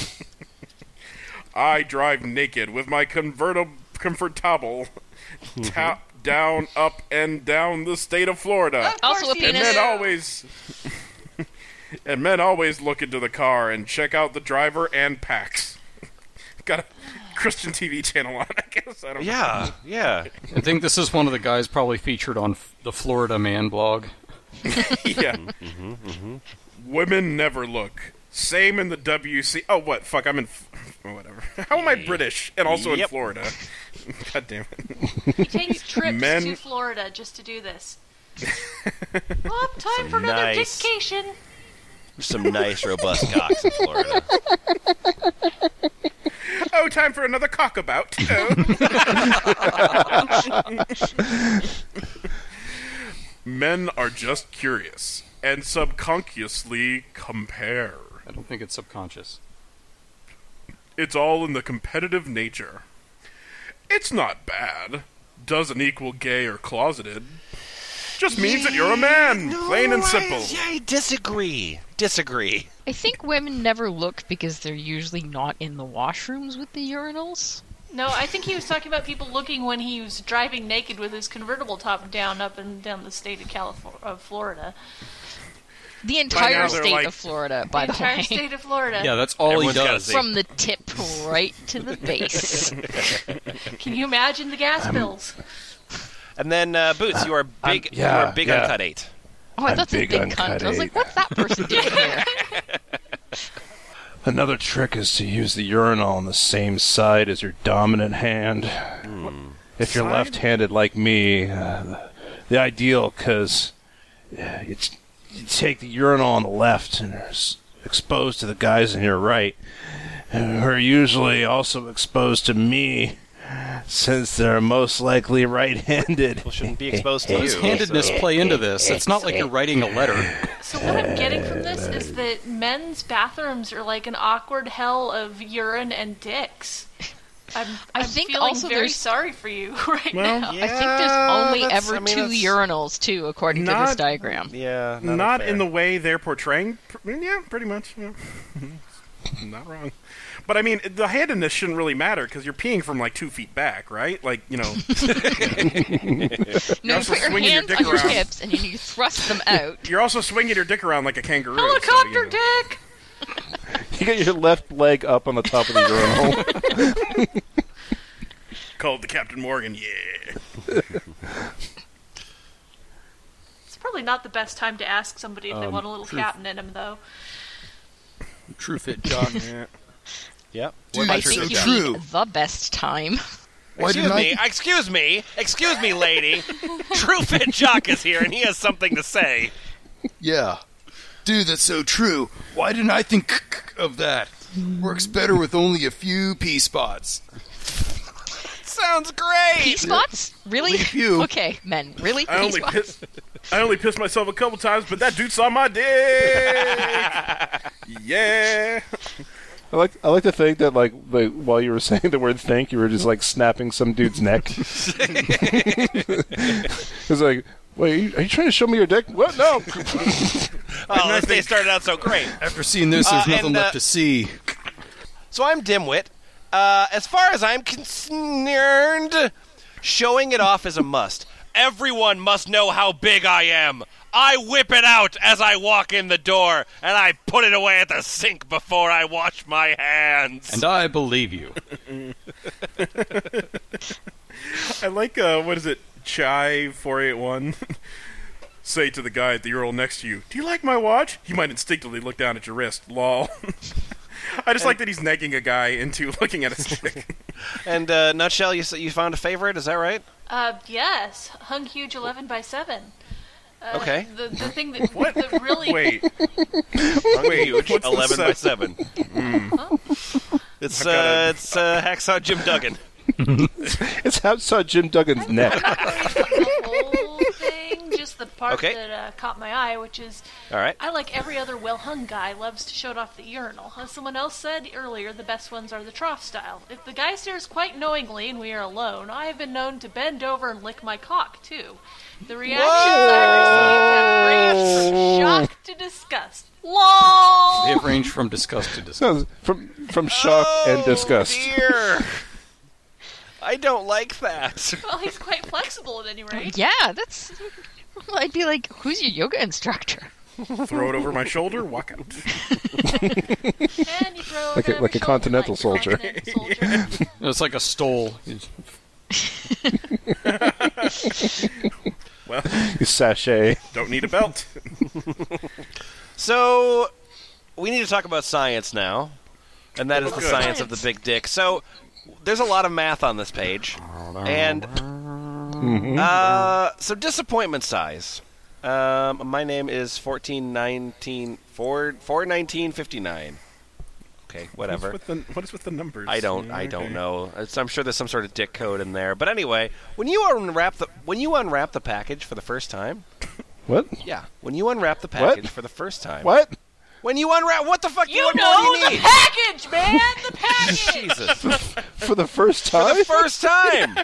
Speaker 5: I drive naked with my convertible comfortable
Speaker 10: Mm-hmm.
Speaker 5: tap down up and down the state of Florida.
Speaker 7: Of
Speaker 6: Also
Speaker 7: course
Speaker 6: a
Speaker 7: you
Speaker 5: and
Speaker 6: penis.
Speaker 5: men
Speaker 7: do.
Speaker 5: always and men always look into the car and check out the driver and packs. Got a Christian TV channel on, I guess. I don't
Speaker 2: Yeah, yeah.
Speaker 4: I think this is one of the guys probably featured on f- the Florida Man blog.
Speaker 5: know. yeah. Mm-hmm, Women never look. Same in the WC. Oh, what? Fuck, I'm in. F- whatever. How am I British and also in
Speaker 2: Yep.
Speaker 5: Florida? God damn it.
Speaker 7: He takes trips
Speaker 5: Men-
Speaker 7: to Florida just to do this. well, time for another
Speaker 2: Nice.
Speaker 7: dictation.
Speaker 2: Some nice, robust cocks in Florida.
Speaker 5: Oh, time for another cockabout. Oh. Oh. Men are just curious and subconsciously compare.
Speaker 4: I don't think it's subconscious.
Speaker 5: It's all in the competitive nature. It's not bad. Doesn't equal gay or closeted. Just means that you're a man, plain and simple.
Speaker 2: I disagree. Disagree.
Speaker 6: I think women never look because they're usually not in the washrooms with the urinals.
Speaker 7: No, I think he was talking about people looking when he was driving naked with his convertible top down, up and down the state of California, of Florida,
Speaker 6: The entire
Speaker 5: they're
Speaker 6: state
Speaker 5: like-
Speaker 6: of Florida, by
Speaker 7: the
Speaker 6: the,
Speaker 7: entire
Speaker 6: way.
Speaker 7: state of Florida.
Speaker 4: Yeah, that's all
Speaker 2: Everyone's
Speaker 4: he
Speaker 2: got a
Speaker 4: does.
Speaker 2: zing.
Speaker 6: From the tip right to the base.
Speaker 7: Can you imagine the gas bills?
Speaker 2: And then uh, Boots, you are big.
Speaker 3: yeah,
Speaker 2: you are big
Speaker 3: yeah.
Speaker 2: on cut eight.
Speaker 6: Oh, I thought it was a
Speaker 3: big
Speaker 6: big
Speaker 3: on
Speaker 6: cunt. I was
Speaker 3: cutting.
Speaker 6: like, what's that person doing here?
Speaker 3: Another trick is to use the urinal on the same side as your dominant hand. If you're left handed like me, uh, the- the ideal, because it's you take the urinal on the left and are s- exposed to the guys on your right, and who are usually also exposed to me, since they're most likely right handed.
Speaker 2: Well, shouldn't be exposed to
Speaker 4: Does
Speaker 2: you.
Speaker 4: handedness play into this? It's not like you're writing a letter.
Speaker 7: So what I'm getting from this is that men's bathrooms are like an awkward hell of urine and dicks. I'm,
Speaker 6: I
Speaker 7: I'm
Speaker 6: think
Speaker 7: feeling
Speaker 6: also
Speaker 7: very
Speaker 6: there's-
Speaker 7: sorry for you right
Speaker 6: I
Speaker 7: now.
Speaker 6: think there's
Speaker 2: Yeah,
Speaker 6: only
Speaker 2: that's-
Speaker 6: ever
Speaker 2: I mean,
Speaker 6: two
Speaker 2: that's-
Speaker 6: urinals, too, according to this
Speaker 5: Not-
Speaker 6: diagram.
Speaker 2: Yeah,
Speaker 5: Not,
Speaker 2: unfair.
Speaker 5: in the way they're portraying. pr- Yeah, pretty much. Yeah. not wrong. But I mean, the handedness shouldn't really matter because you're peeing from like two feet back, right? Like you know,
Speaker 6: No,
Speaker 5: You're
Speaker 6: you
Speaker 5: also
Speaker 6: put your
Speaker 5: swinging your
Speaker 6: hands
Speaker 5: dick
Speaker 6: on your
Speaker 5: around.
Speaker 6: hips and then you thrust them out.
Speaker 5: you're also swinging your dick around like a kangaroo. so, you
Speaker 7: Helicopter
Speaker 5: know.
Speaker 7: dick.
Speaker 3: You got your left leg up on the top of the urinal.
Speaker 5: Called the Captain Morgan. Yeah.
Speaker 7: It's probably not the best time to ask somebody if they want a little captain in them, though.
Speaker 9: True fit, John.
Speaker 2: Yep.
Speaker 10: Dude,
Speaker 6: I
Speaker 10: that's so
Speaker 6: think you
Speaker 10: true.
Speaker 6: need the best time.
Speaker 10: Why
Speaker 2: excuse
Speaker 10: didn't I-
Speaker 2: me. Excuse me. Excuse me, lady. True Fit Jock is here, and he has something to say.
Speaker 10: Yeah. Dude, that's so true. Why didn't I think of that? Works better with only a few pee spots.
Speaker 2: Sounds great.
Speaker 6: Pee spots? Really?
Speaker 10: Leave you.
Speaker 6: Okay, men. Really?
Speaker 5: I
Speaker 6: Pee
Speaker 5: only
Speaker 6: spots?
Speaker 5: pissed. I only pissed myself a couple times, but that dude saw my dick. yeah.
Speaker 3: I like I like to think that like like while you were saying the word think, you were just like snapping some dude's neck. it's like, wait, are you, are you trying to show me your dick? What? No.
Speaker 2: Oh, this day started out so great.
Speaker 9: After seeing this,
Speaker 2: Uh,
Speaker 9: there's nothing
Speaker 2: and, uh,
Speaker 9: left to see.
Speaker 2: So I'm dimwit. Uh, as far as I'm concerned, showing it off is a must. Everyone must know how big I am. I whip it out as I walk in the door, and I put it away at the sink before I wash my hands.
Speaker 4: And I believe you.
Speaker 5: I like uh, what is it, Chai four eight one. Say to the guy at the urinal next to you, "Do you like my watch?" He might instinctively look down at your wrist. Lol. I just like that he's negging a guy into looking at his dick.
Speaker 2: And uh, nutshell, you s- you found a favorite, is that right?
Speaker 7: Uh, yes, hung huge eleven by seven. Uh,
Speaker 2: Okay.
Speaker 7: The, the thing that, that really
Speaker 5: Wait,
Speaker 2: Wait,
Speaker 5: what's the
Speaker 2: eleven by
Speaker 5: size?
Speaker 2: seven. It's
Speaker 5: I've got
Speaker 2: uh,
Speaker 5: a-
Speaker 2: it's uh, hacksaw Jim Duggan.
Speaker 3: it's outside Jim Duggan's neck.
Speaker 7: the whole thing, just the part
Speaker 2: Okay.
Speaker 7: that uh, caught my eye, which is
Speaker 2: All right.
Speaker 7: I like every other well hung guy loves to show off the urinal. As someone else said earlier, the best ones are the trough style. If the guy stares quite knowingly and we are alone, I have been known to bend over and lick my cock too. The reactions I received have ranged from shock to disgust. LOL!
Speaker 4: They've ranged from disgust to disgust.
Speaker 3: So, from from shock and disgust.
Speaker 2: Oh, Dear. I don't like that.
Speaker 7: Well, he's quite flexible at any rate.
Speaker 6: Yeah, that's. Well, I'd be like, who's your yoga instructor?
Speaker 5: Throw it over my shoulder, walk out.
Speaker 7: And you throw
Speaker 3: Like a- like
Speaker 7: it over
Speaker 3: a
Speaker 7: your shoulder
Speaker 3: continental
Speaker 7: a
Speaker 3: soldier.
Speaker 7: continental soldier.
Speaker 4: It's like a stole.
Speaker 3: Sachet.
Speaker 5: Don't need a belt.
Speaker 2: So we need to talk about science now, and that is the
Speaker 5: Okay.
Speaker 2: science of the big dick. So there's a lot of math on this page, and uh, so disappointment size. Um, my name is fourteen nineteen four four nineteen fifty nine. Okay, whatever.
Speaker 5: What's with the, what is with the numbers?
Speaker 2: I don't. I
Speaker 5: Okay.
Speaker 2: don't know. It's, I'm sure there's some sort of dick code in there. But anyway, when you unwrap the when you unwrap the package for the first time,
Speaker 3: What?
Speaker 2: yeah, when you unwrap the package for the first time,
Speaker 3: What?
Speaker 2: When you unwrap, what the fuck?
Speaker 7: You
Speaker 2: what
Speaker 7: know
Speaker 2: more do you
Speaker 7: the
Speaker 2: need?
Speaker 7: package, man! The package!
Speaker 2: Jesus,
Speaker 3: For the first time?
Speaker 2: the first time.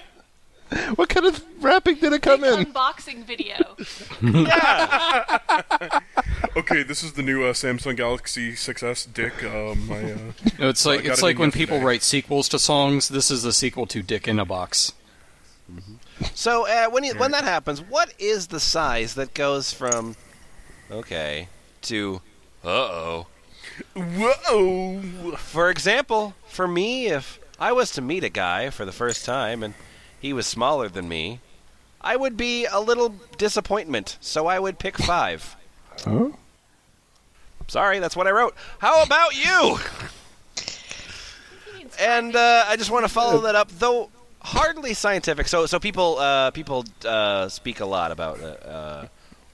Speaker 3: what kind of wrapping did it come in?
Speaker 7: Unboxing video.
Speaker 5: Okay, this is the new uh, Samsung Galaxy 6S dick. Um, I, uh,
Speaker 4: It's like
Speaker 5: I got
Speaker 4: it's
Speaker 5: it
Speaker 4: like
Speaker 5: in
Speaker 4: when
Speaker 5: yesterday.
Speaker 4: people write sequels to songs. This is the sequel to Dick in a Box.
Speaker 2: So uh, when you, when that happens, what is the size that goes from okay to uh oh?
Speaker 5: whoa!
Speaker 2: For example, for me, if I was to meet a guy for the first time and he was smaller than me, I would be a little disappointment. So I would pick five.
Speaker 3: Huh?
Speaker 2: Sorry, that's what I wrote. How about you? and uh, I just want to follow that up, though hardly scientific. So, so people uh, people uh, speak a lot about uh, uh,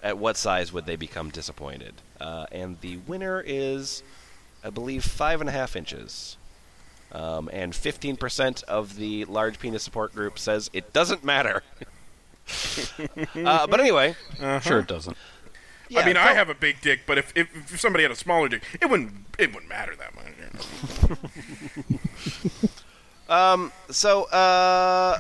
Speaker 2: at what size would they become disappointed, uh, and the winner is, I believe, five and a half inches. Um, and 15% of the large penis support group says it doesn't matter. uh, but anyway,
Speaker 4: Sure, it doesn't.
Speaker 2: yeah,
Speaker 5: I mean, I
Speaker 2: so-
Speaker 5: have a big dick, but if, if, if somebody had a smaller dick, it wouldn't it wouldn't matter that much. you know.
Speaker 2: So, uh, so uh,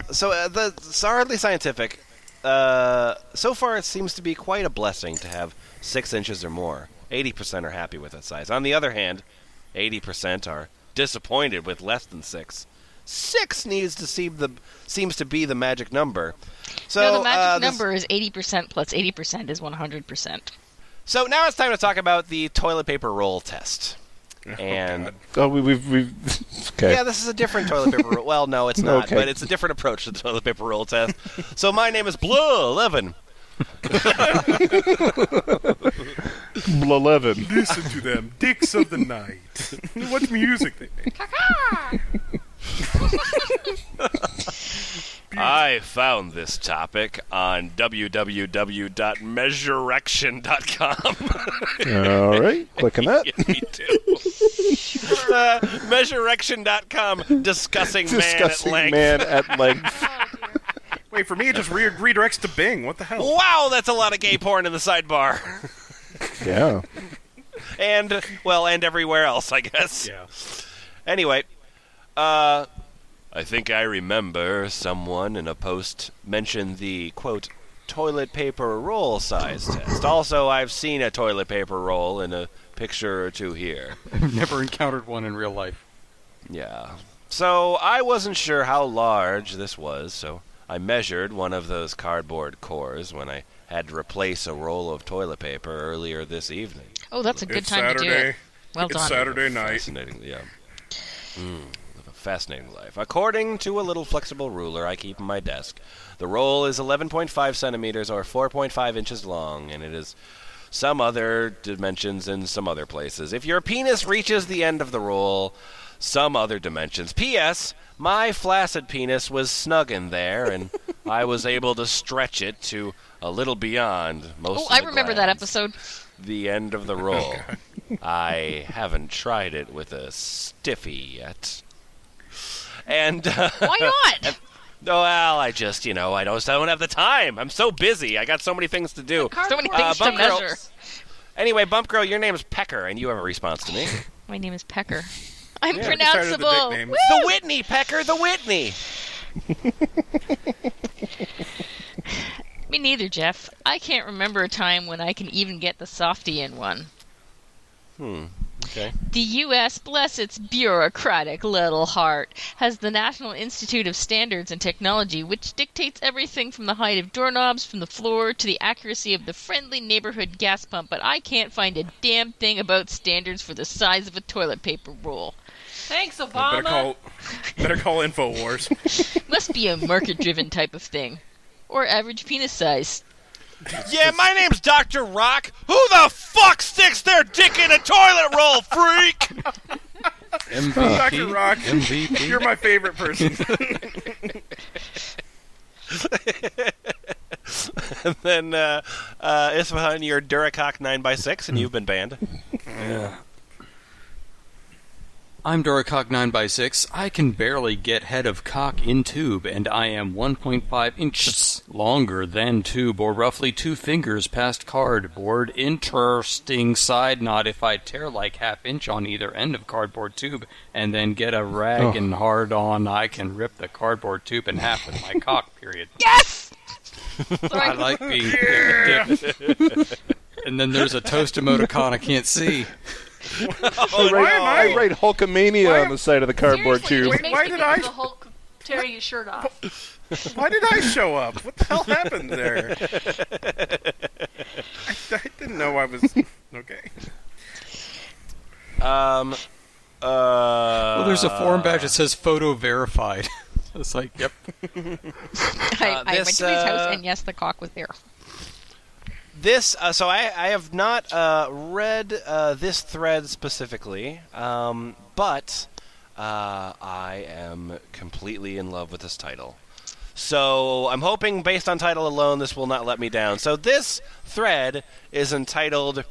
Speaker 2: the it's hardly scientific. Uh, so far, it seems to be quite a blessing to have six inches or more. Eighty percent are happy with that size. On the other hand, eighty percent are disappointed with less than six. Six needs to seem the seems to be the magic number. So
Speaker 6: no, the magic
Speaker 2: uh, this-
Speaker 6: number is 80% plus 80% is 100%.
Speaker 2: So now it's time to talk about the toilet paper roll test. and
Speaker 5: God.
Speaker 3: Oh, we, we've, we've. Okay.
Speaker 2: Yeah, this is a different toilet paper roll. Well, no, it's not,
Speaker 3: Okay.
Speaker 2: but it's a different approach to the toilet paper roll test. So my name is Blue Eleven.
Speaker 3: Eleven.
Speaker 5: Listen to them, dicks of the night. what music they make?
Speaker 2: I found this topic on www.measurection.com.
Speaker 3: All right. Clicking that.
Speaker 2: Me too. It's, uh, measurection.com discussing,
Speaker 3: Discussing
Speaker 2: man at length.
Speaker 3: man at length.
Speaker 5: Wait for me, it just re- redirects to Bing. What the hell?
Speaker 2: Wow, that's a lot of gay porn in the sidebar.
Speaker 3: yeah.
Speaker 2: and, well, and everywhere else, I guess.
Speaker 5: Yeah.
Speaker 2: Anyway, uh, I think I remember someone in a post mentioned the quote toilet paper roll size test. Also, I've seen a toilet paper roll in a picture or two here.
Speaker 4: I've never encountered one in real life.
Speaker 2: Yeah. So I wasn't sure how large this was, so I measured one of those cardboard cores when I had to replace a roll of toilet paper earlier this evening.
Speaker 6: Oh, that's a good
Speaker 5: it's
Speaker 6: time to do
Speaker 5: Saturday.
Speaker 6: it. Well
Speaker 5: it's
Speaker 6: done.
Speaker 5: Saturday night.
Speaker 2: Fascinating, yeah. Mm, live a fascinating life. According to a little flexible ruler I keep in my desk, the roll is 11.5 centimeters or 4.5 inches long, and it is some other dimensions in some other places. If your penis reaches the end of the roll, some other dimensions. P.S. My flaccid penis was snug in there, and I was able to stretch it to a little beyond most.
Speaker 6: Oh,
Speaker 2: of
Speaker 6: I
Speaker 2: the
Speaker 6: remember that
Speaker 2: glands
Speaker 6: episode.
Speaker 2: the end of the roll. I haven't tried it with a stiffy yet. And uh,
Speaker 6: Why not?
Speaker 2: Oh, well, I just, you know, I don't, I don't have the time. I'm so busy. I got so many things to do.
Speaker 6: So many
Speaker 2: Uh,
Speaker 6: things to
Speaker 2: Bump Girl-
Speaker 6: measure.
Speaker 2: Anyway, Bump Girl, your name is Pecker, and you have a response to me.
Speaker 6: My name is Pecker. I'm
Speaker 5: Yeah, we started with the
Speaker 6: pronounceable.
Speaker 5: nicknames.
Speaker 2: the Whitney, Pecker, the Whitney.
Speaker 6: Me neither, Jeff. I can't remember a time when I can even get the softy in one.
Speaker 2: Hmm. Okay.
Speaker 6: The U.S., bless its bureaucratic little heart, has the National Institute of Standards and Technology, which dictates everything from the height of doorknobs from the floor to the accuracy of the friendly neighborhood gas pump, but I can't find a damn thing about standards for the size of a toilet paper roll.
Speaker 7: Thanks,
Speaker 5: Better
Speaker 7: Obama.
Speaker 5: call, better call Infowars.
Speaker 6: Must be a market driven type of thing. Or average penis size.
Speaker 2: Yeah, my name's Dr. Rock. Who the fuck sticks their dick in a toilet roll, freak?
Speaker 5: Dr. Rock, you're my favorite person.
Speaker 2: and then uh, uh, Isfahan, you're Duracock 9x6, and you've been banned.
Speaker 9: I'm Duracock 9x6. I can barely get head of cock in tube, and I am 1.5 inches longer than tube, or roughly two fingers past cardboard. Interesting side note if I tear like half inch on either end of cardboard tube and then get a rag and hard on, I can rip the cardboard tube in half with my cock, period.
Speaker 6: Yes!
Speaker 9: I
Speaker 6: Sorry.
Speaker 9: like being dick. And then there's a toast emoticon I can't see.
Speaker 6: Oh,
Speaker 3: I write,
Speaker 5: am I-
Speaker 3: I write Hulkamania
Speaker 7: Why-
Speaker 3: on the side of the cardboard
Speaker 7: Seriously,
Speaker 3: tube.
Speaker 7: It makes
Speaker 5: Why
Speaker 7: me
Speaker 5: did
Speaker 7: think
Speaker 5: I-
Speaker 7: of the Hulk tearing his shirt off.
Speaker 5: Why did I show up? What the hell happened there? I, I didn't know I was. Okay.
Speaker 2: Um, uh, well,
Speaker 9: Well, there's a form badge that says photo verified. it's like, yep.
Speaker 6: I,
Speaker 2: Uh,
Speaker 6: I went
Speaker 2: this,
Speaker 6: to his
Speaker 2: uh,
Speaker 6: house, and yes, the cock was there.
Speaker 2: This, uh, so I, I have not uh, read uh, this thread specifically, um, but uh, I am completely in love with this title. So I'm hoping, based on title alone, this will not let me down. So this thread is entitled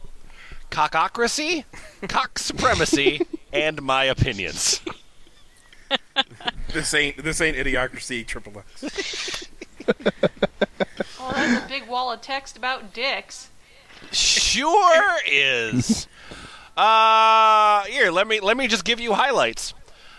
Speaker 2: Cockocracy, Cock Supremacy, and My Opinions.
Speaker 5: This ain't this ain't idiocracy triple X.
Speaker 7: Oh, that's a big wall of text about dicks.
Speaker 2: Sure is. Uh, here, let me let me just give you highlights.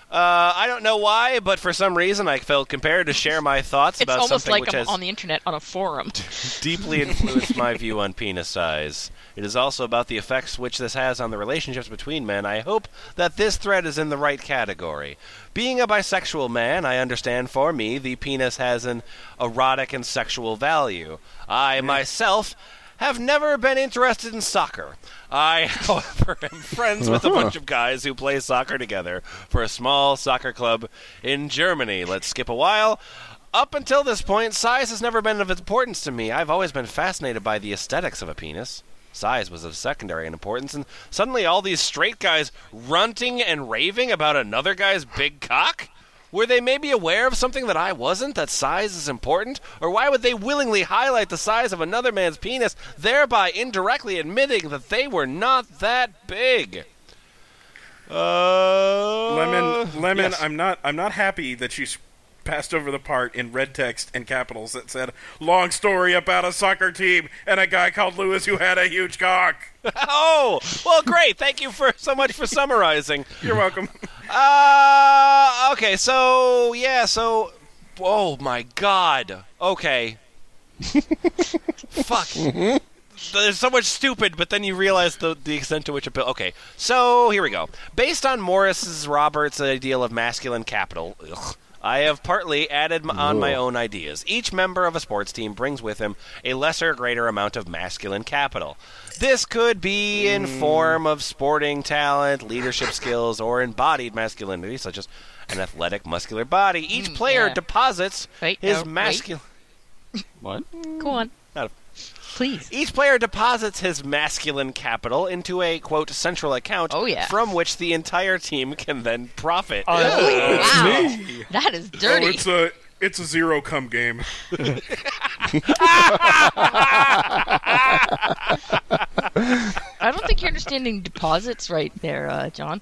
Speaker 2: Uh, I don't know why, but for some reason, I felt compelled to share my thoughts
Speaker 6: It's
Speaker 2: about
Speaker 6: almost
Speaker 2: something
Speaker 6: like
Speaker 2: which
Speaker 6: I'm
Speaker 2: has
Speaker 6: on the internet on a forum.
Speaker 2: deeply influenced my view on penis size. It is also about the effects which this has on the relationships between men. I hope that this thread is in the right category. Being a bisexual man, I understand for me the penis has an erotic and sexual value. I myself have never been interested in soccer. I, however, am friends with a bunch of guys who play soccer together for a small soccer club in Germany. Let's skip a while. Up until this point, size has never been of importance to me. I've always been fascinated by the aesthetics of a penis. Size was of secondary importance, and suddenly all these straight guys runting and raving about another guy's big cock? Were they maybe aware of something that I wasn't, that size is important? Or why would they willingly highlight the size of another man's penis, thereby indirectly admitting that they were not that big? Uh,
Speaker 5: Lemon, lemon.
Speaker 2: yes.
Speaker 5: I'm not. I'm not happy that you s- passed over the part in red text and capitals that said "long story about a soccer team and a guy called Lewis who had a huge cock."
Speaker 2: Oh, well, great. Thank you for so much for summarizing.
Speaker 5: You're welcome.
Speaker 2: Uh, okay, so yeah, so oh my god. Okay. Fuck. There's so much stupid, but then you realize the the extent to which it built. Okay, so here we go. Based on Morris's Roberts' ideal of masculine capital, ugh, I have partly added m- on my own ideas. Each member of a sports team brings with him a lesser or greater amount of masculine capital. This could be in form of sporting talent, leadership skills, or embodied masculinity, such as an athletic, muscular body. Each player
Speaker 6: yeah.
Speaker 2: deposits
Speaker 6: Wait,
Speaker 2: his
Speaker 6: no, wait.
Speaker 2: masculine.
Speaker 9: What?
Speaker 6: Go on.
Speaker 2: Not a-
Speaker 6: Please.
Speaker 2: Each player deposits his masculine capital into a quote central account
Speaker 6: Oh, yeah.
Speaker 2: from which the entire team can then profit.
Speaker 6: Uh, wow. That is
Speaker 5: Oh,
Speaker 6: dirty.
Speaker 5: it's a it's a zero cum game.
Speaker 6: I don't think you're understanding deposits right there, uh, John.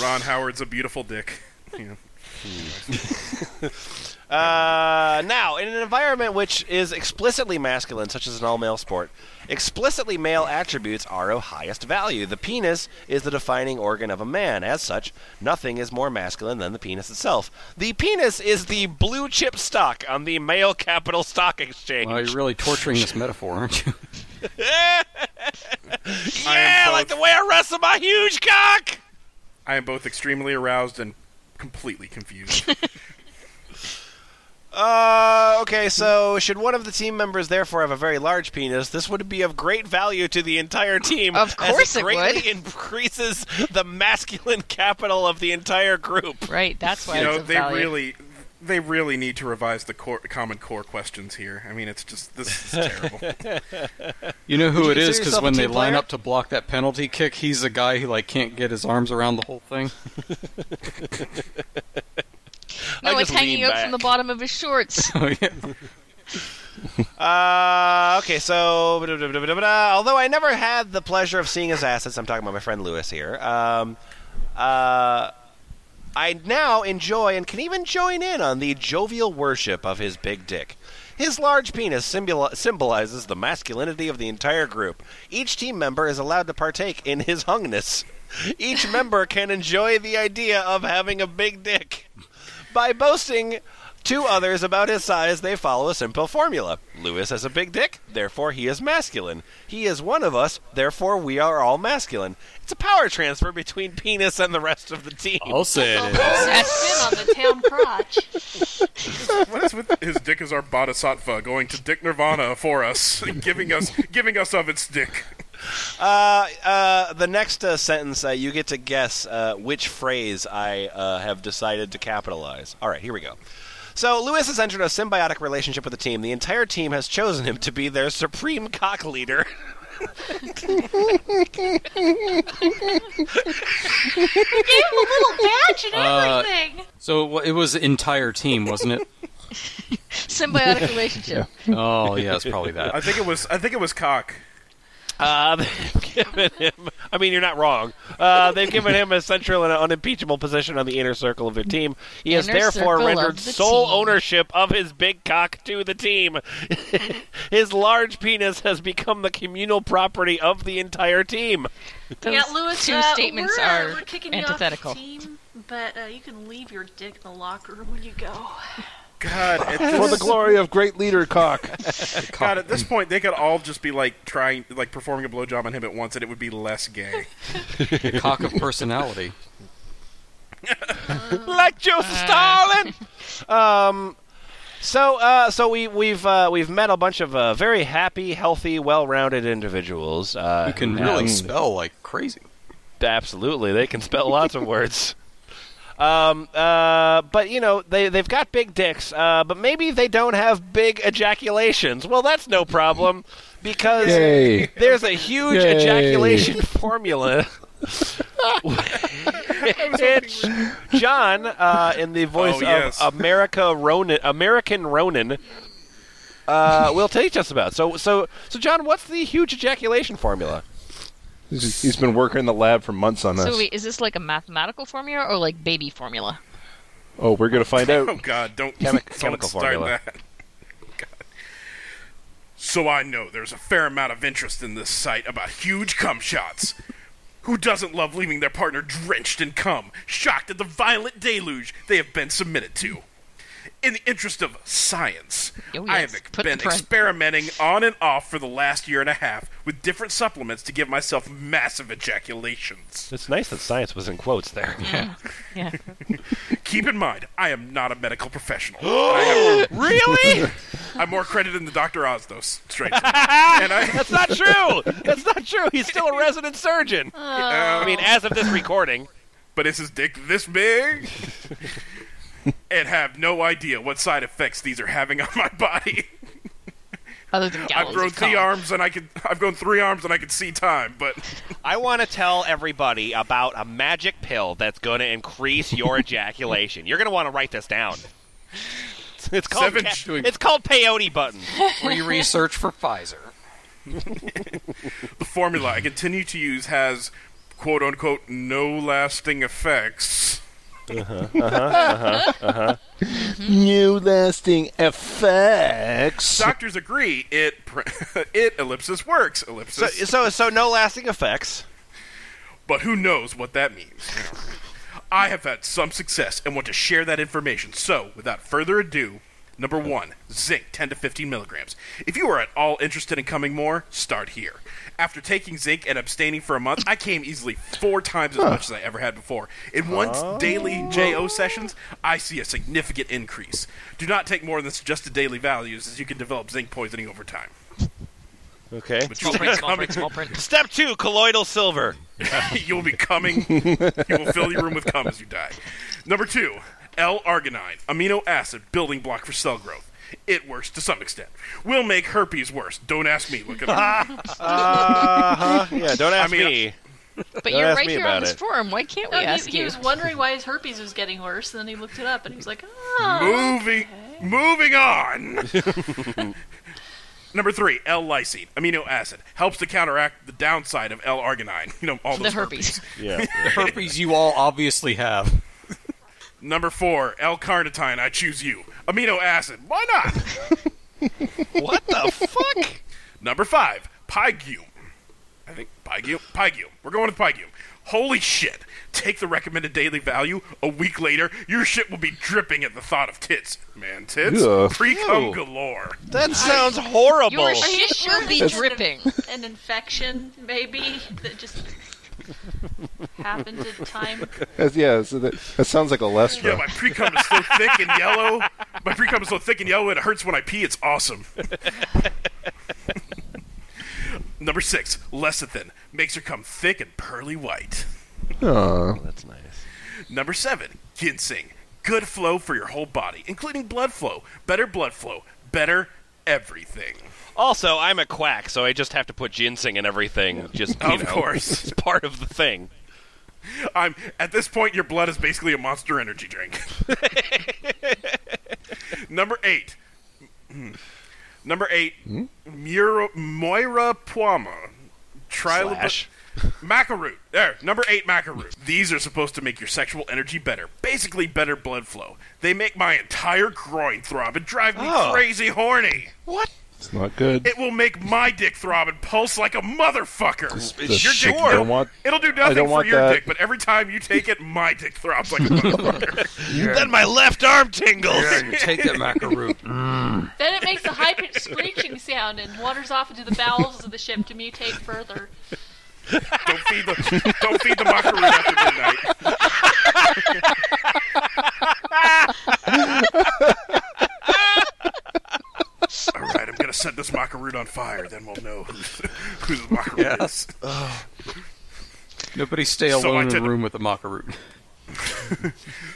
Speaker 5: Ron Howard's a beautiful dick. Yeah.
Speaker 2: Uh, now, in an environment which is explicitly masculine, such as an all male sport, explicitly male attributes are of highest value. The penis is the defining organ of a man. As such, nothing is more masculine than the penis itself. The penis is the blue chip stock on the male capital stock exchange.
Speaker 9: Well, you're really torturing this metaphor, aren't you?
Speaker 2: yeah, like the way I wrestle my huge cock!
Speaker 5: I am both extremely aroused and completely confused.
Speaker 2: Uh, okay, so should one of the team members therefore have a very large penis, this would be of great value to the entire team.
Speaker 6: Of course
Speaker 2: as it
Speaker 6: it would.
Speaker 2: greatly increases the masculine capital of the entire group.
Speaker 6: Right, that's why
Speaker 5: you know
Speaker 6: it's of
Speaker 5: they
Speaker 6: value.
Speaker 5: really they really need to revise the core, common core questions here. I mean, it's just this is terrible.
Speaker 9: You know who
Speaker 2: Would
Speaker 9: it
Speaker 2: you consider
Speaker 9: is because
Speaker 2: yourself a
Speaker 9: when they
Speaker 2: team
Speaker 9: line
Speaker 2: player?
Speaker 9: up to block that penalty kick, he's the guy who like can't get his arms around the whole thing.
Speaker 2: I
Speaker 6: no, it's
Speaker 2: just
Speaker 6: hanging
Speaker 2: lean
Speaker 6: out from the
Speaker 2: back.
Speaker 6: bottom of his shorts.
Speaker 9: Oh yeah.
Speaker 2: Uh, okay, so although I never had the pleasure of seeing his assets, I'm talking about my friend Lewis here. Um, uh, I now enjoy and can even join in on the jovial worship of his big dick. His large penis symbol- symbolizes the masculinity of the entire group. Each team member is allowed to partake in his hungness. Each member can enjoy the idea of having a big dick. By boasting to others about his size, they follow a simple formula. Lewis has a big dick, therefore he is masculine. He is one of us, therefore we are all masculine. It's a power transfer between penis and the rest of the team.
Speaker 9: I'll say it is.
Speaker 6: Yes.
Speaker 7: Spin on the town crotch.
Speaker 5: what is with his dick is our bodhisattva going to Dick Nirvana for us, giving us giving us of its dick.
Speaker 2: Uh, uh, the next uh, sentence, uh, you get to guess uh, which phrase I uh, have decided to capitalize. All right, here we go. So Lewis has entered a symbiotic relationship with the team. The entire team has chosen him to be their supreme cock leader.
Speaker 7: Gave him a little badge and
Speaker 9: Uh,
Speaker 7: everything.
Speaker 9: So well, it was the entire team, wasn't it?
Speaker 6: Symbiotic relationship.
Speaker 9: Oh yeah, it's probably that.
Speaker 5: I think it was I think it was cock.
Speaker 2: Uh, they've given him. I mean, you're not wrong. Uh, they've given him a central and unimpeachable position on the inner circle of their team. He has
Speaker 6: Inner
Speaker 2: therefore
Speaker 6: circle of
Speaker 2: rendered
Speaker 6: the
Speaker 2: sole
Speaker 6: team.
Speaker 2: ownership of his big cock to the team. His large penis has become the communal property of the entire team.
Speaker 6: Those
Speaker 7: yeah, Lewis,
Speaker 6: two
Speaker 7: uh,
Speaker 6: statements
Speaker 7: we're,
Speaker 6: are
Speaker 7: we're kicking
Speaker 6: antithetical.
Speaker 7: You off the team, but uh, you can leave your dick in the locker room when you go.
Speaker 5: God, at
Speaker 3: For the
Speaker 5: this,
Speaker 3: glory of great leader cock.
Speaker 5: God, at this point they could all just be like trying like performing a blowjob on him at once, and it would be less gay.
Speaker 9: The cock of personality.
Speaker 2: like Joseph
Speaker 6: Uh.
Speaker 2: Stalin. um, so uh, so we we've uh, we've met a bunch of uh, very happy, healthy, well-rounded individuals. Uh,
Speaker 9: You can
Speaker 2: who
Speaker 9: really
Speaker 2: have-
Speaker 9: spell like crazy.
Speaker 2: Absolutely, they can spell lots of words. Um, uh, but you know they they've got big dicks, uh, but maybe they don't have big ejaculations. Well, that's no problem because
Speaker 3: Yay.
Speaker 2: there's a huge
Speaker 3: Yay.
Speaker 2: ejaculation formula. Which John, uh, in the voice
Speaker 5: Oh, yes.
Speaker 2: of America Ronin, American Ronin, uh, will teach us about. So, so, so, John, what's the huge ejaculation formula?
Speaker 3: He's just- he's been working in the lab for months on this.
Speaker 6: So wait, is this like a mathematical formula or like baby formula?
Speaker 3: oh, we're gonna find
Speaker 5: Oh
Speaker 3: out.
Speaker 5: God, don't,
Speaker 2: Chemi-
Speaker 5: don't
Speaker 2: chemical
Speaker 5: start
Speaker 2: formula.
Speaker 5: that. God. So I know there's a fair amount of interest in this site about huge cum shots. Who doesn't love leaving their partner drenched in cum, shocked at the violent deluge they have been submitted to? In the interest of science,
Speaker 6: Oh,
Speaker 5: I
Speaker 6: yes.
Speaker 5: have
Speaker 6: Put
Speaker 5: been
Speaker 6: the press-
Speaker 5: experimenting on and off for the last year and a half with different supplements to give myself massive ejaculations.
Speaker 2: It's nice that science was in quotes there.
Speaker 6: Yeah.
Speaker 5: Keep in mind, I am not a medical professional. really? I'm more credited than the Dr. Oz, though, s- straight to me. And I,
Speaker 2: That's not true. That's not true. He's still a resident surgeon. I mean, as of this recording.
Speaker 5: um, but is his dick this big? and have no idea what side effects these are having on my body.
Speaker 6: Other than
Speaker 5: I've
Speaker 6: gallons
Speaker 5: grown
Speaker 6: of cum.
Speaker 5: three arms and I can I've grown three arms and I can see time, but
Speaker 2: I want to tell everybody about a magic pill that's going to increase your ejaculation. You're going to want to write this down. It's called
Speaker 5: Seven
Speaker 2: ca-
Speaker 5: chewing-
Speaker 2: it's called peyote button.
Speaker 9: Free research for Pfizer.
Speaker 5: the formula I continue to use has quote unquote no lasting effects.
Speaker 3: New lasting effects.
Speaker 5: Doctors agree it pr- it ellipsis works
Speaker 2: So,
Speaker 5: ellipsis.
Speaker 2: so, so no lasting effects.
Speaker 5: but who knows what that means? you know. I have had some success and want to share that information. So, without further ado, number one, zinc, 10 to 15 milligrams. If you are at all interested in coming more, start here. After taking zinc and abstaining for a month, I came easily four times as much as I ever had before. In one daily JO sessions, I see a significant increase. Do not take more than suggested daily values, as you can develop zinc poisoning over time.
Speaker 2: Okay.
Speaker 5: But
Speaker 11: Small
Speaker 5: you
Speaker 11: print, small print, small print.
Speaker 2: Step two: colloidal silver.
Speaker 5: you will be coming. You will fill your room with cum as you die. Number two, L-arginine, amino acid building block for cell growth. It works to some extent. Will make herpes worse. Don't ask me. Look it up.
Speaker 2: Uh huh. Yeah. Don't ask
Speaker 5: I mean,
Speaker 2: me.
Speaker 6: But
Speaker 2: Don't
Speaker 6: you're
Speaker 2: ask
Speaker 6: right
Speaker 2: me
Speaker 6: here
Speaker 2: about
Speaker 6: on this
Speaker 2: it.
Speaker 6: forum. Why can't we
Speaker 7: No,
Speaker 6: ask
Speaker 7: Oh, he, he
Speaker 6: you?
Speaker 7: was wondering why his herpes was getting worse, and then he looked it up, and he was like, "Oh,
Speaker 5: Moving, moving on. Number three, L-lysine, amino acid, helps to counteract the downside of L-arginine. You know all
Speaker 6: the
Speaker 5: those
Speaker 6: herpes.
Speaker 2: Yeah.
Speaker 9: herpes you all obviously have.
Speaker 5: Number four, L-carnitine. I choose you. Amino acid. Why not?
Speaker 2: what the fuck?
Speaker 5: Number five, Pygume. I think Pygume. Pygume. We're going with Pygume. Holy shit! Take the recommended daily value. A week later, your shit will be dripping at the thought of tits. Man, tits.
Speaker 3: Yeah.
Speaker 5: Pre cum
Speaker 2: Ew.
Speaker 5: galore.
Speaker 2: That sounds horrible.
Speaker 6: Your shit will be dripping.
Speaker 7: an infection, maybe that just happened in time."
Speaker 3: That's- yeah, so that, that sounds like a Lestra.
Speaker 5: Yeah, my pre cum is so thick and yellow. My pre cum is so thick and yellow, it hurts when I pee. It's awesome. Number six, Lecithin. Makes her cum thick and pearly white.
Speaker 2: Oh, That's nice.
Speaker 5: Number seven, ginseng. Good flow for your whole body, including blood flow. Better blood flow. Better everything.
Speaker 2: Also, I'm a quack, so I just have to put ginseng and everything. Just you
Speaker 5: Of
Speaker 2: know,
Speaker 5: course.
Speaker 2: it's part of the thing.
Speaker 5: I'm at this point your blood is basically a monster energy drink. Number eight. Hmm. Number eight, Mura, Moira Puama. Trilobite.
Speaker 2: Slash.
Speaker 5: Macaroot. There, number eight macaroot. These are supposed to make your sexual energy better. Basically, better blood flow. They make my entire groin throb and drive me
Speaker 2: Oh.
Speaker 5: crazy horny.
Speaker 3: It's not good.
Speaker 5: It will make my dick throb and pulse like a motherfucker.
Speaker 3: That's
Speaker 5: Your dick,
Speaker 3: sure. I
Speaker 5: it'll,
Speaker 3: don't want-
Speaker 5: it'll do
Speaker 3: I
Speaker 5: nothing
Speaker 3: don't
Speaker 5: for
Speaker 3: want
Speaker 5: your
Speaker 3: that.
Speaker 5: dick, but every time you take it, my dick throbs like a motherfucker.
Speaker 2: Then my left arm tingles.
Speaker 9: Take that macaroon.
Speaker 7: Then it makes a high pitched screeching sound and wanders off into the bowels of the ship to mutate further.
Speaker 5: don't feed the don't feed the macaroon after midnight. All right, I'm gonna set this macaroon on fire. Then we'll know who's, who the macaroon is.
Speaker 9: Nobody stay
Speaker 5: So I
Speaker 9: alone in
Speaker 5: did-
Speaker 9: a room with a macaroon.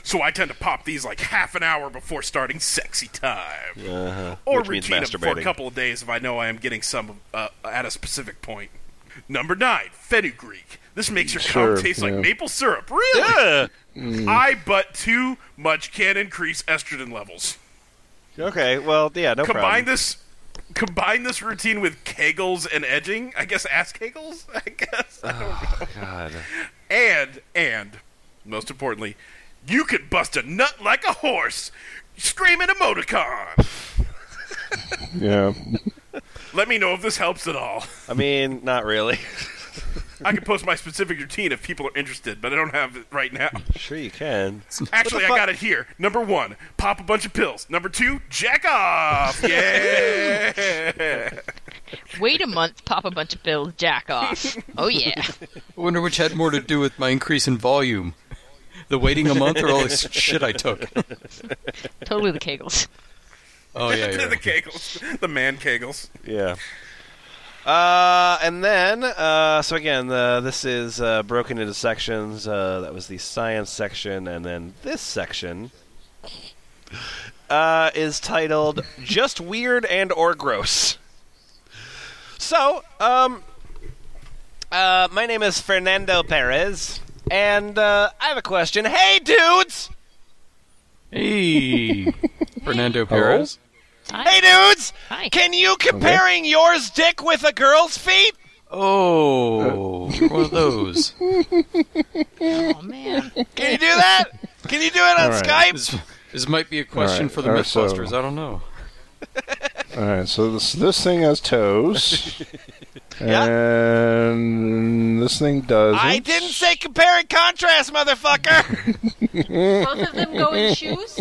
Speaker 5: So I tend to pop these like half an hour before starting sexy time, or
Speaker 2: Uh-huh. Which means
Speaker 5: repeat them for
Speaker 2: masturbating.
Speaker 5: a couple of days if I know I am getting some uh, at a specific point. Number nine, fenugreek. This makes your
Speaker 3: Sure,
Speaker 5: cum taste like
Speaker 3: yeah.
Speaker 5: maple syrup. Really?
Speaker 2: Ugh. Mm-hmm.
Speaker 5: I but too much can increase estrogen levels.
Speaker 2: okay. Well, yeah. No
Speaker 5: combine
Speaker 2: problem.
Speaker 5: this combine this routine with kegels and edging. I guess ass kegels? I guess.
Speaker 2: Uh-huh.
Speaker 5: I don't know.
Speaker 2: God.
Speaker 5: And and most importantly, you could bust a nut like a horse. Scream an emoticon.
Speaker 3: Yeah.
Speaker 5: Let me know if this helps at all.
Speaker 2: I mean, not really.
Speaker 5: I can post my specific routine if people are interested, but I don't have it right now.
Speaker 2: Sure, you can.
Speaker 5: Actually, I got it here. Number one, pop a bunch of pills. Number two, jack off. Yeah.
Speaker 6: Wait a month, pop a bunch of pills, jack off. Oh yeah.
Speaker 9: I wonder which had more to do with my increase in volume. The waiting a month or all this shit I took.
Speaker 6: totally the kegels.
Speaker 9: Oh yeah, you're
Speaker 5: the
Speaker 9: right.
Speaker 5: kegels, the man kegels.
Speaker 2: Yeah. Uh, and then, uh, so again, uh, this is uh, broken into sections. Uh, that was the science section, and then this section uh, is titled "Just Weird and or Gross." So, um, uh, my name is Fernando Perez, and uh, I have a question. Hey, dudes!
Speaker 9: Hey, Fernando Perez.
Speaker 2: Hey, dudes!
Speaker 6: Hi.
Speaker 2: Can you comparing yours dick with a girl's feet?
Speaker 9: Oh, you're one of those.
Speaker 6: Oh man.
Speaker 2: Can you do that? Can you do it on
Speaker 3: All right.
Speaker 2: Skype?
Speaker 9: This, this might be a question
Speaker 3: right,
Speaker 9: for the
Speaker 3: all right, so-
Speaker 9: Mythbusters. I don't know.
Speaker 3: All right, so this this thing has toes,
Speaker 2: Yeah.
Speaker 3: and this thing does.
Speaker 2: I didn't say compare and contrast, motherfucker.
Speaker 7: Both of them go in shoes?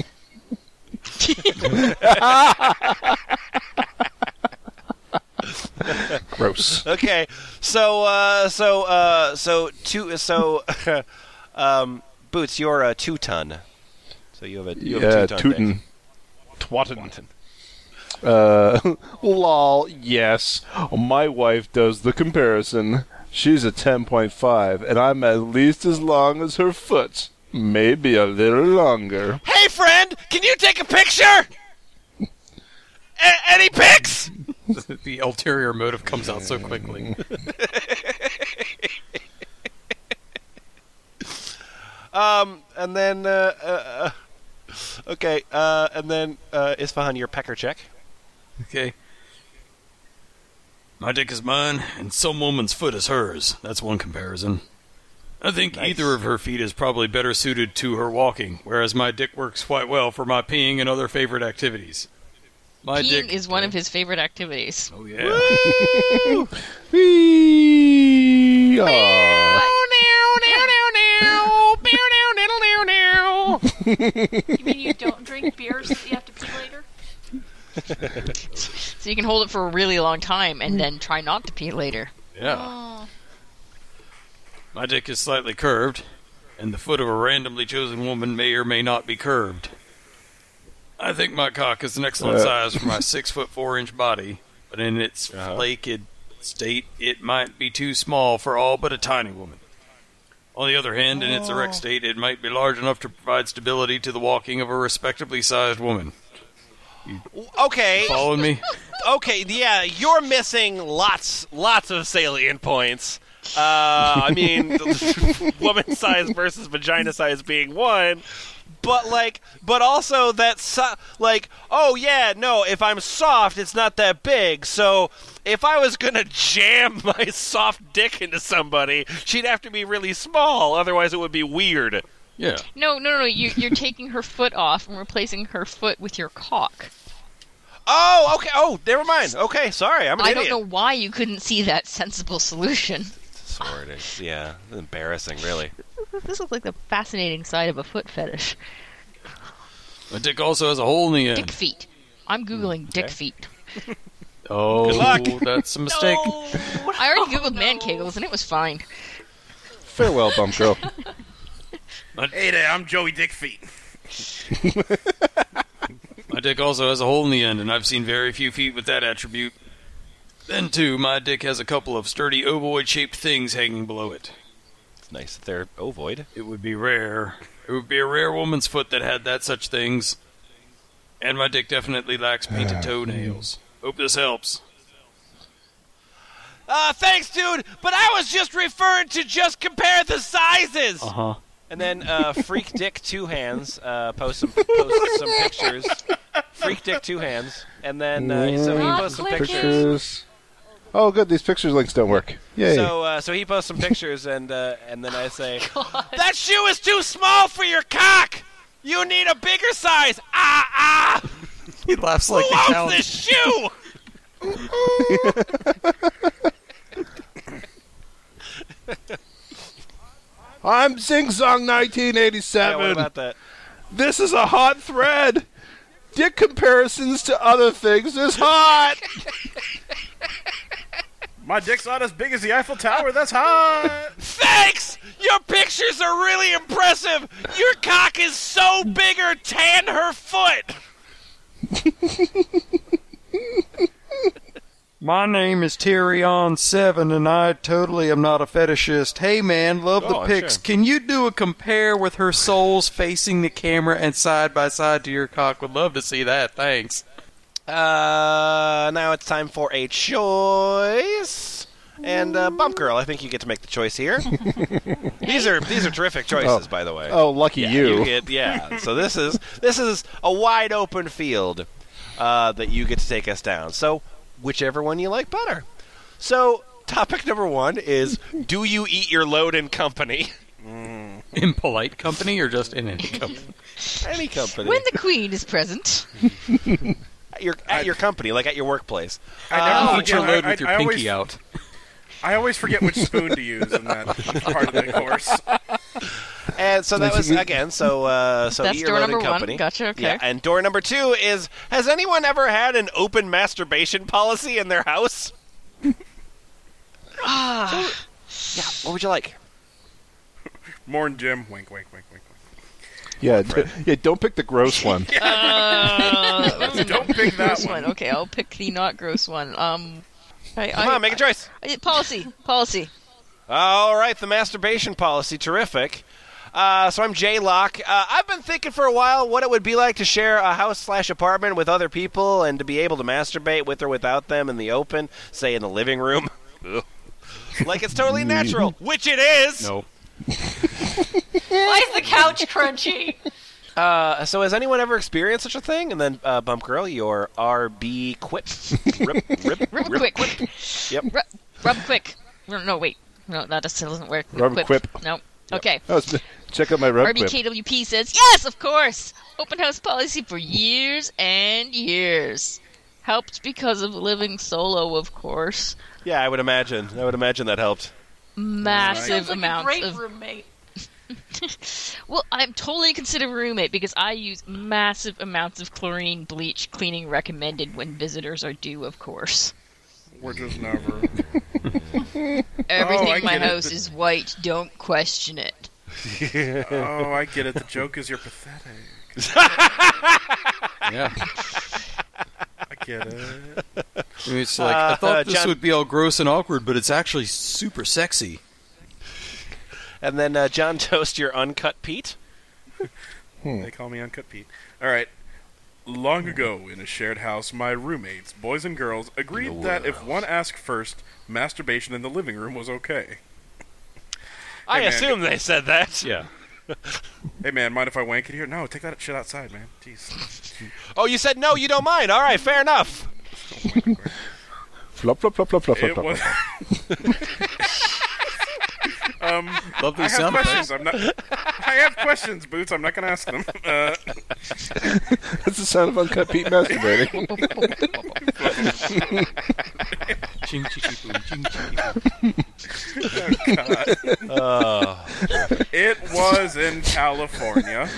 Speaker 3: gross.
Speaker 2: okay, so uh, so uh, so two so um, boots. You're a two ton. So you have a you
Speaker 3: yeah,
Speaker 2: have a two ton.
Speaker 3: tootin'. Twatin. Uh, lol. Yes, my wife does the comparison. She's a ten point five, and I'm at least as long as her foot, maybe a little longer.
Speaker 2: Hey, friend, can you take a picture? A- any pics?
Speaker 9: the ulterior motive comes out so quickly.
Speaker 2: Um, and then uh, uh, uh, okay, uh, and then uh, Isfahan, your pecker check.
Speaker 9: Okay. My dick is mine, and some woman's foot is hers. That's one comparison. I think either of her feet is probably better suited to her walking, whereas my dick works quite well for my peeing and other favorite activities. My
Speaker 6: Peeing
Speaker 9: dick
Speaker 6: is one of his favorite activities.
Speaker 9: Oh yeah.
Speaker 3: Whee! Aw.
Speaker 7: You mean you don't drink beers that you have to pee later?
Speaker 6: So you can hold it for a really long time and then try not to pee later.
Speaker 9: yeah.
Speaker 7: Oh,
Speaker 9: My dick is slightly curved, and the foot of a randomly chosen woman may or may not be curved. I think my cock is an excellent
Speaker 3: Uh.
Speaker 9: size for my six foot four inch body, but in its flaked state, it might be too small for all but a tiny woman. On the other hand, in its erect state, it might be large enough to provide stability to the walking of a respectably sized woman.
Speaker 2: Okay,
Speaker 9: Following me?
Speaker 2: okay, yeah, you're missing lots, lots of salient points. Uh, I mean, woman size versus vagina size being one, but like, but also that, so- like, oh yeah, no, if I'm soft, it's not that big. So if I was gonna jam my soft dick into somebody, she'd have to be really small, otherwise it would be weird.
Speaker 9: Yeah.
Speaker 6: No, no, no. You, you're taking her foot off and replacing her foot with your cock.
Speaker 2: Oh, okay. Oh, never mind. Okay, sorry, I'm an
Speaker 6: I
Speaker 2: idiot.
Speaker 6: don't know why you couldn't see that sensible solution.
Speaker 2: Sorry, it's- yeah, embarrassing, really.
Speaker 6: This looks like the fascinating side of a foot fetish.
Speaker 9: My dick also has a hole in the
Speaker 6: Dick
Speaker 9: end.
Speaker 6: feet. I'm googling dick feet.
Speaker 9: Oh,
Speaker 2: luck.
Speaker 9: that's a mistake.
Speaker 6: I already googled man kegels and it was fine.
Speaker 3: Farewell, bump girl.
Speaker 5: Hey there, I'm Joey Dickfeet.
Speaker 9: My dick also has a hole in the end, and I've seen very few feet with that attribute. Then, too, my dick has a couple of sturdy ovoid shaped things hanging below it.
Speaker 2: It's nice that they're ovoid.
Speaker 9: It would be rare. It would be a rare woman's foot that had that such things. And my dick definitely lacks painted toenails. Hope this helps.
Speaker 2: Uh, thanks, dude. But I was just referring to just compare the sizes.
Speaker 4: Oh.
Speaker 9: huh.
Speaker 2: And then uh, Freak Dick Two Hands uh, post some post some pictures. Freak Dick Two Hands, and then uh, so he
Speaker 7: Not
Speaker 2: posts some
Speaker 7: clicking.
Speaker 2: pictures.
Speaker 3: Oh, good. These pictures links don't work. Yay.
Speaker 2: So uh, so he posts some pictures, and uh, and then I say, that shoe is too small for your cock. You need a bigger size. Ah ah.
Speaker 9: He laughs like
Speaker 2: Who owns this shoe?
Speaker 3: I'm Zing Zong
Speaker 2: Yeah, what
Speaker 3: 1987.
Speaker 2: about that?
Speaker 3: this is a hot thread. Dick comparisons to other things is hot.
Speaker 5: My dick's not as big as the Eiffel Tower. That's hot.
Speaker 2: Thanks! Your pictures are really impressive! Your cock is so bigger, tan her foot!
Speaker 9: My name is Tyrion7, and I totally am not a fetishist. Hey man, love the
Speaker 2: Oh,
Speaker 9: pics.
Speaker 2: sure.
Speaker 9: Can you do a compare with her soles facing the camera and side by side to your cock? Would love to see that. Thanks.
Speaker 2: Uh, now it's time for a choice. And uh, Bump Girl, I think you get to make the choice here. these are these are terrific choices, by the way.
Speaker 3: Oh, lucky you.
Speaker 2: You get yeah. so this is this is a wide open field uh, that you get to take us down. So whichever one you like better. So topic number one is: Do you eat your load in company?
Speaker 9: impolite company or just in any company?
Speaker 2: Any company.
Speaker 6: When the queen is present.
Speaker 2: at your, at your company, like at your workplace.
Speaker 5: I never
Speaker 9: Put
Speaker 5: forget-
Speaker 9: your load
Speaker 5: Oh, I-
Speaker 9: with your
Speaker 5: I- I
Speaker 9: pinky
Speaker 5: always,
Speaker 9: out.
Speaker 5: I always forget which spoon to use in that part of the course.
Speaker 2: And so that was again. So uh, so
Speaker 6: That's
Speaker 2: eat your
Speaker 6: door
Speaker 2: load in
Speaker 6: number one.
Speaker 2: company.
Speaker 6: Gotcha, okay.
Speaker 2: Yeah, and door number two is: Has anyone ever had an open masturbation policy in their house?
Speaker 6: Ah.
Speaker 2: yeah. What would you like?
Speaker 5: Morn Jim, wink, wink, wink, wink. wink.
Speaker 3: Yeah, d- yeah. Don't pick the gross one.
Speaker 5: Don't pick that
Speaker 6: gross one.
Speaker 5: one.
Speaker 6: Okay, I'll pick the not gross one. Um, I,
Speaker 2: Come
Speaker 6: I,
Speaker 2: on, make a choice.
Speaker 6: I- policy, policy.
Speaker 2: All right, the masturbation policy, terrific. Uh, so I'm Jay Locke. Uh, I've been thinking for a while what it would be like to share a house slash apartment with other people and to be able to masturbate with or without them in the open, say in the living room. Ugh. like it's totally natural, which it is.
Speaker 9: No.
Speaker 7: Why is the couch crunchy?
Speaker 2: Uh, so has anyone ever experienced such a thing? And then uh, Bump Girl, your RB quip. Rip, rip,
Speaker 6: Rub quick. quick.
Speaker 2: Yep.
Speaker 6: Rub, rub quick. No, no, wait. No, that just doesn't work.
Speaker 3: Rub quip.
Speaker 6: No. Okay.
Speaker 3: That was- check out my rub clip.
Speaker 6: RBKWP says, yes, of course! Open house policy for years and years. Helped because of living solo, of course.
Speaker 2: Yeah, I would imagine. I would imagine that helped.
Speaker 6: Massive
Speaker 7: Sounds like a
Speaker 6: amounts
Speaker 7: great
Speaker 6: of.
Speaker 7: roommate.
Speaker 6: Well, I'm totally considered a roommate because I use massive amounts of chlorine bleach cleaning recommended when visitors are due, of course.
Speaker 5: We're just never.
Speaker 6: Everything
Speaker 5: Oh, I
Speaker 6: in my
Speaker 5: get it.
Speaker 6: house is white. Don't question it.
Speaker 5: Oh, I get it. The joke is you're pathetic.
Speaker 9: Yeah.
Speaker 5: I get it.
Speaker 9: I mean, It's like, I
Speaker 2: Uh,
Speaker 9: thought this
Speaker 2: John-
Speaker 9: would be all gross and awkward, but it's actually super sexy.
Speaker 2: And then uh, John Toast, your uncut Pete.
Speaker 5: They call me Uncut Pete. All right.
Speaker 9: Mm-hmm.
Speaker 5: Long ago, in a shared house, my roommates, boys and girls, agreed that if one asked first, masturbation in the living room was okay.
Speaker 2: I
Speaker 5: Hey, man.
Speaker 2: assume they said that.
Speaker 9: Yeah.
Speaker 5: Hey man, mind if I wank it here? No, take that shit outside, man. Jeez.
Speaker 2: Oh, you said no, you don't mind. All right, fair enough.
Speaker 3: Flop, flop, flop, flop, flop, flop,
Speaker 5: It
Speaker 3: flop.
Speaker 5: was. um,
Speaker 9: Love
Speaker 5: I have
Speaker 9: those sound
Speaker 5: questions.
Speaker 9: effects.
Speaker 5: I'm not. I have questions, Boots. I'm not gonna ask them. Uh,
Speaker 3: That's the sound of uncut Pete masturbating.
Speaker 9: Ching, ching, ching, boom, ching, ching.
Speaker 5: it was in California,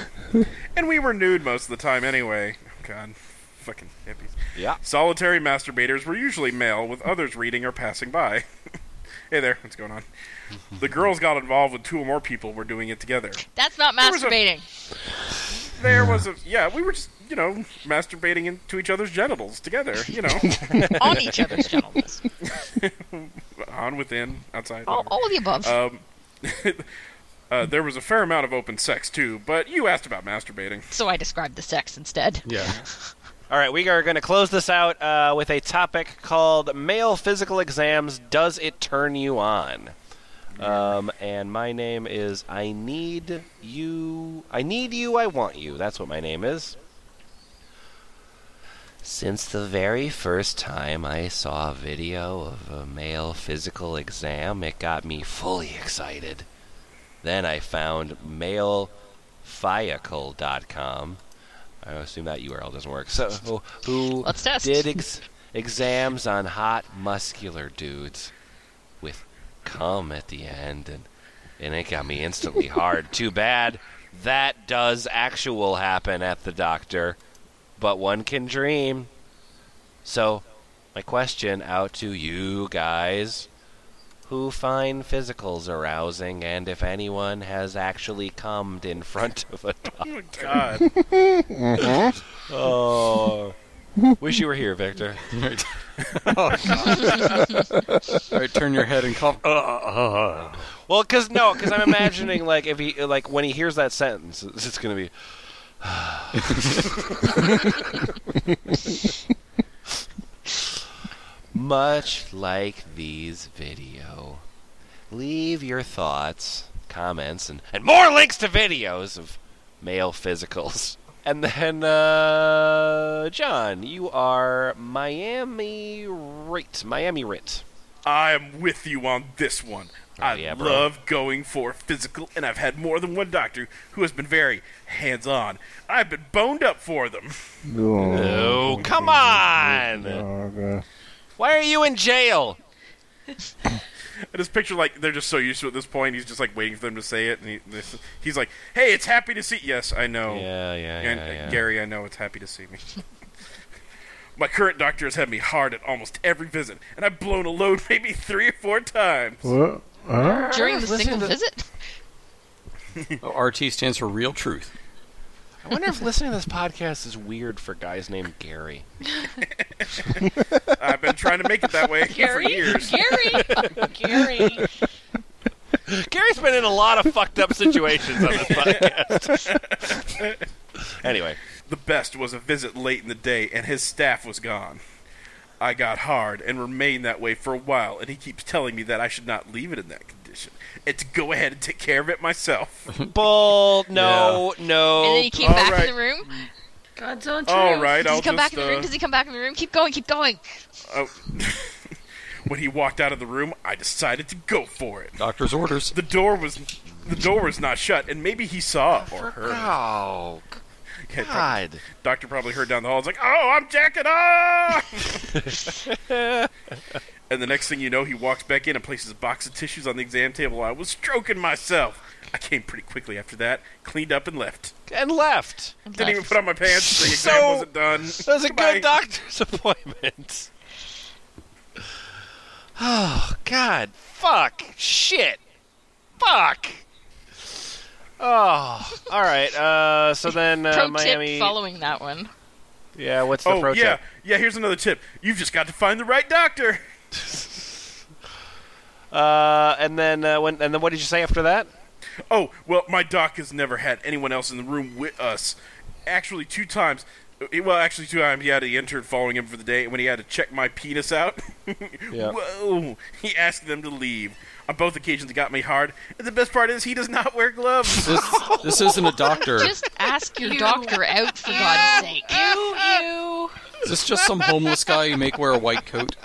Speaker 5: and we were nude most of the time anyway. Oh, God, fucking hippies.
Speaker 2: Yeah.
Speaker 5: Solitary masturbators were usually male, with others reading or passing by. hey there, what's going on? The girls got involved with two or more people. Were doing it together.
Speaker 6: That's not
Speaker 5: was a-
Speaker 6: masturbating.
Speaker 5: There was a yeah. We were just you know masturbating into each other's genitals together. You know,
Speaker 6: On each other's genitals.
Speaker 5: on within, outside.
Speaker 6: All,
Speaker 5: whatever.
Speaker 6: all of the above.
Speaker 5: Um, uh, there was a fair amount of open sex too, but you asked about masturbating.
Speaker 6: so I described the sex instead.
Speaker 9: Yeah.
Speaker 2: All right, we are going to close this out uh, with a topic called male physical exams. Does it turn you on? Um, and my name is I need you. I need you. I want you. That's what my name is. Since the very first time I saw a video of a male physical exam, it got me fully excited. Then I found malefiacle.com. I assume that URL doesn't work. So, who
Speaker 6: Let's test.
Speaker 2: did ex- exams on hot, muscular dudes with cum at the end, and, and it got me instantly hard. Too bad that does actual happen at the doctor, but one can dream. So, my question out to you guys who find physicals arousing, and if anyone has actually cummed in front of a
Speaker 5: Oh my god!
Speaker 2: Oh. Wish you were here, Victor.
Speaker 9: Right. All right, turn your head and cough. Uh, uh, uh.
Speaker 2: Well, because no, because I'm imagining like if he like when he hears that sentence, it's it's gonna be. Much like these video, leave your thoughts, comments, and and more links to videos of male physicals. And then, uh, John, you are Miami Rit. Miami Rit.
Speaker 5: I am with you on this one. I
Speaker 2: Oh, yeah, bro.
Speaker 5: love going for physical, and I've had more than one doctor who has been very hands on. I've been boned up for them.
Speaker 2: Oh, come on! Why are you in jail?
Speaker 5: I just picture like they're just so used to it at this point. He's just like waiting for them to say it, and he, this, he's like, "Hey, it's happy to see." Yes, I know.
Speaker 2: Yeah, yeah,
Speaker 5: and
Speaker 2: yeah,
Speaker 5: uh,
Speaker 2: yeah.
Speaker 5: Gary, I know it's happy to see me. My current doctor has had me hard at almost every visit, and I've blown a load maybe three or four times.
Speaker 3: What? Huh?
Speaker 6: During the single visit?
Speaker 9: Oh, RT stands for real truth.
Speaker 2: I wonder if listening to this podcast is weird for guys named Gary.
Speaker 5: I've been trying to make it that way for
Speaker 7: Gary?
Speaker 5: years.
Speaker 7: Gary? Gary.
Speaker 2: Gary's been in a lot of fucked up situations on this podcast. anyway,
Speaker 5: The best was a visit late in the day, and his staff was gone. I got hard and remained that way for a while, and he keeps telling me that I should not leave it in that condition and to go ahead and take care of it myself.
Speaker 2: bull. No, no.
Speaker 5: Oh,
Speaker 6: and then he came
Speaker 5: all
Speaker 6: back
Speaker 5: right.
Speaker 6: in the room?
Speaker 7: God's own truth.
Speaker 5: All right,
Speaker 6: Does
Speaker 5: I'll
Speaker 6: he come
Speaker 5: just,
Speaker 6: back in the room?
Speaker 5: uh,
Speaker 6: Does he come back in the room? Keep going, keep going.
Speaker 5: Oh. when he walked out of the room, I decided to go for it.
Speaker 9: Doctor's orders.
Speaker 5: The door was the door was not shut, and maybe he saw it or heard. it.
Speaker 2: Oh
Speaker 5: Okay, doc-
Speaker 2: God!
Speaker 5: doctor probably heard down the hall. It's like, oh, I'm jacking off. and the next thing you know, he walks back in and places a box of tissues on the exam table. I was stroking myself. I came pretty quickly after that, cleaned up and left.
Speaker 2: And left.
Speaker 5: Didn't even put on my pants. The exam
Speaker 2: So-
Speaker 5: wasn't done.
Speaker 2: That was a
Speaker 5: Goodbye.
Speaker 2: good doctor's appointment. Oh God! Fuck! Shit! Fuck! Oh, all right. Uh, so then uh,
Speaker 6: Pro
Speaker 2: Miami.
Speaker 6: tip following that one.
Speaker 2: yeah, what's the
Speaker 5: Oh
Speaker 2: pro
Speaker 5: yeah,
Speaker 2: tip?
Speaker 5: yeah. Here's another tip. You've just got to find the right doctor.
Speaker 2: Uh, and then uh, when and then what did you say after that?
Speaker 5: Oh, well, my doc has never had anyone else in the room with us. Actually, two times. uh, Well, actually, two times he had an intern following him for the day, and when he had to check my penis out, whoa, he asked them to leave. On both occasions, it got me hard. And the best part is, he does not wear gloves.
Speaker 9: This, this isn't a doctor.
Speaker 6: Just ask your doctor out, for God's sake.
Speaker 7: Ew,
Speaker 9: Is this just some homeless guy you make wear a white coat?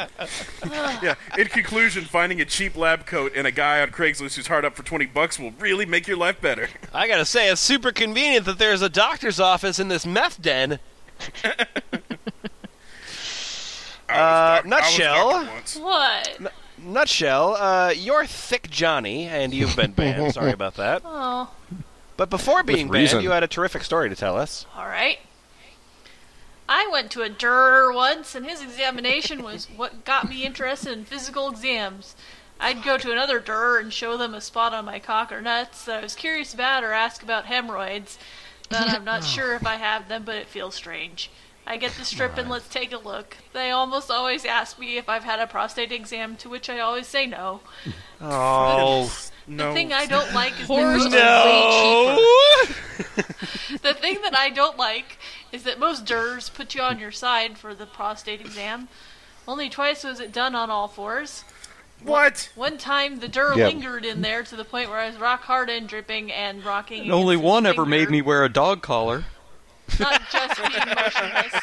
Speaker 5: yeah. In conclusion, finding a cheap lab coat and a guy on Craigslist who's hard up for twenty bucks will really make your life better.
Speaker 2: I gotta say, it's super convenient that there's a doctor's office in this meth den. Uh,
Speaker 5: I was
Speaker 2: nutshell,
Speaker 5: doctor once.
Speaker 7: ew. What?
Speaker 2: nutshell. Uh, you're thick, Johnny, and you've been banned. Sorry about that.
Speaker 7: Oh,
Speaker 2: But before being
Speaker 3: reason.
Speaker 2: banned, you had a terrific story to tell us.
Speaker 7: all right. I went to a juror once, and his examination was what got me interested in physical exams. I'd go to another juror and show them a spot on my cock or nuts that I was curious about or ask about hemorrhoids. Then I'm not sure if I have them, but it feels strange. I get the strip and let's take a look. They almost always ask me if I've had a prostate exam, to which I always say no.
Speaker 2: Oh
Speaker 5: No.
Speaker 7: The thing I don't like is that
Speaker 6: Horrors
Speaker 7: most-
Speaker 6: are way cheaper.
Speaker 7: The thing that I don't like is that most jurors put you on your side for the prostate exam. Only twice was it done on all fours.
Speaker 5: what?
Speaker 7: One time, the juror
Speaker 3: Yeah.
Speaker 7: lingered in there to the point where I was rock hard and dripping and rocking.
Speaker 9: And only
Speaker 7: against his
Speaker 9: one ever
Speaker 7: finger.
Speaker 9: made me wear a dog collar.
Speaker 7: Not just being motionless.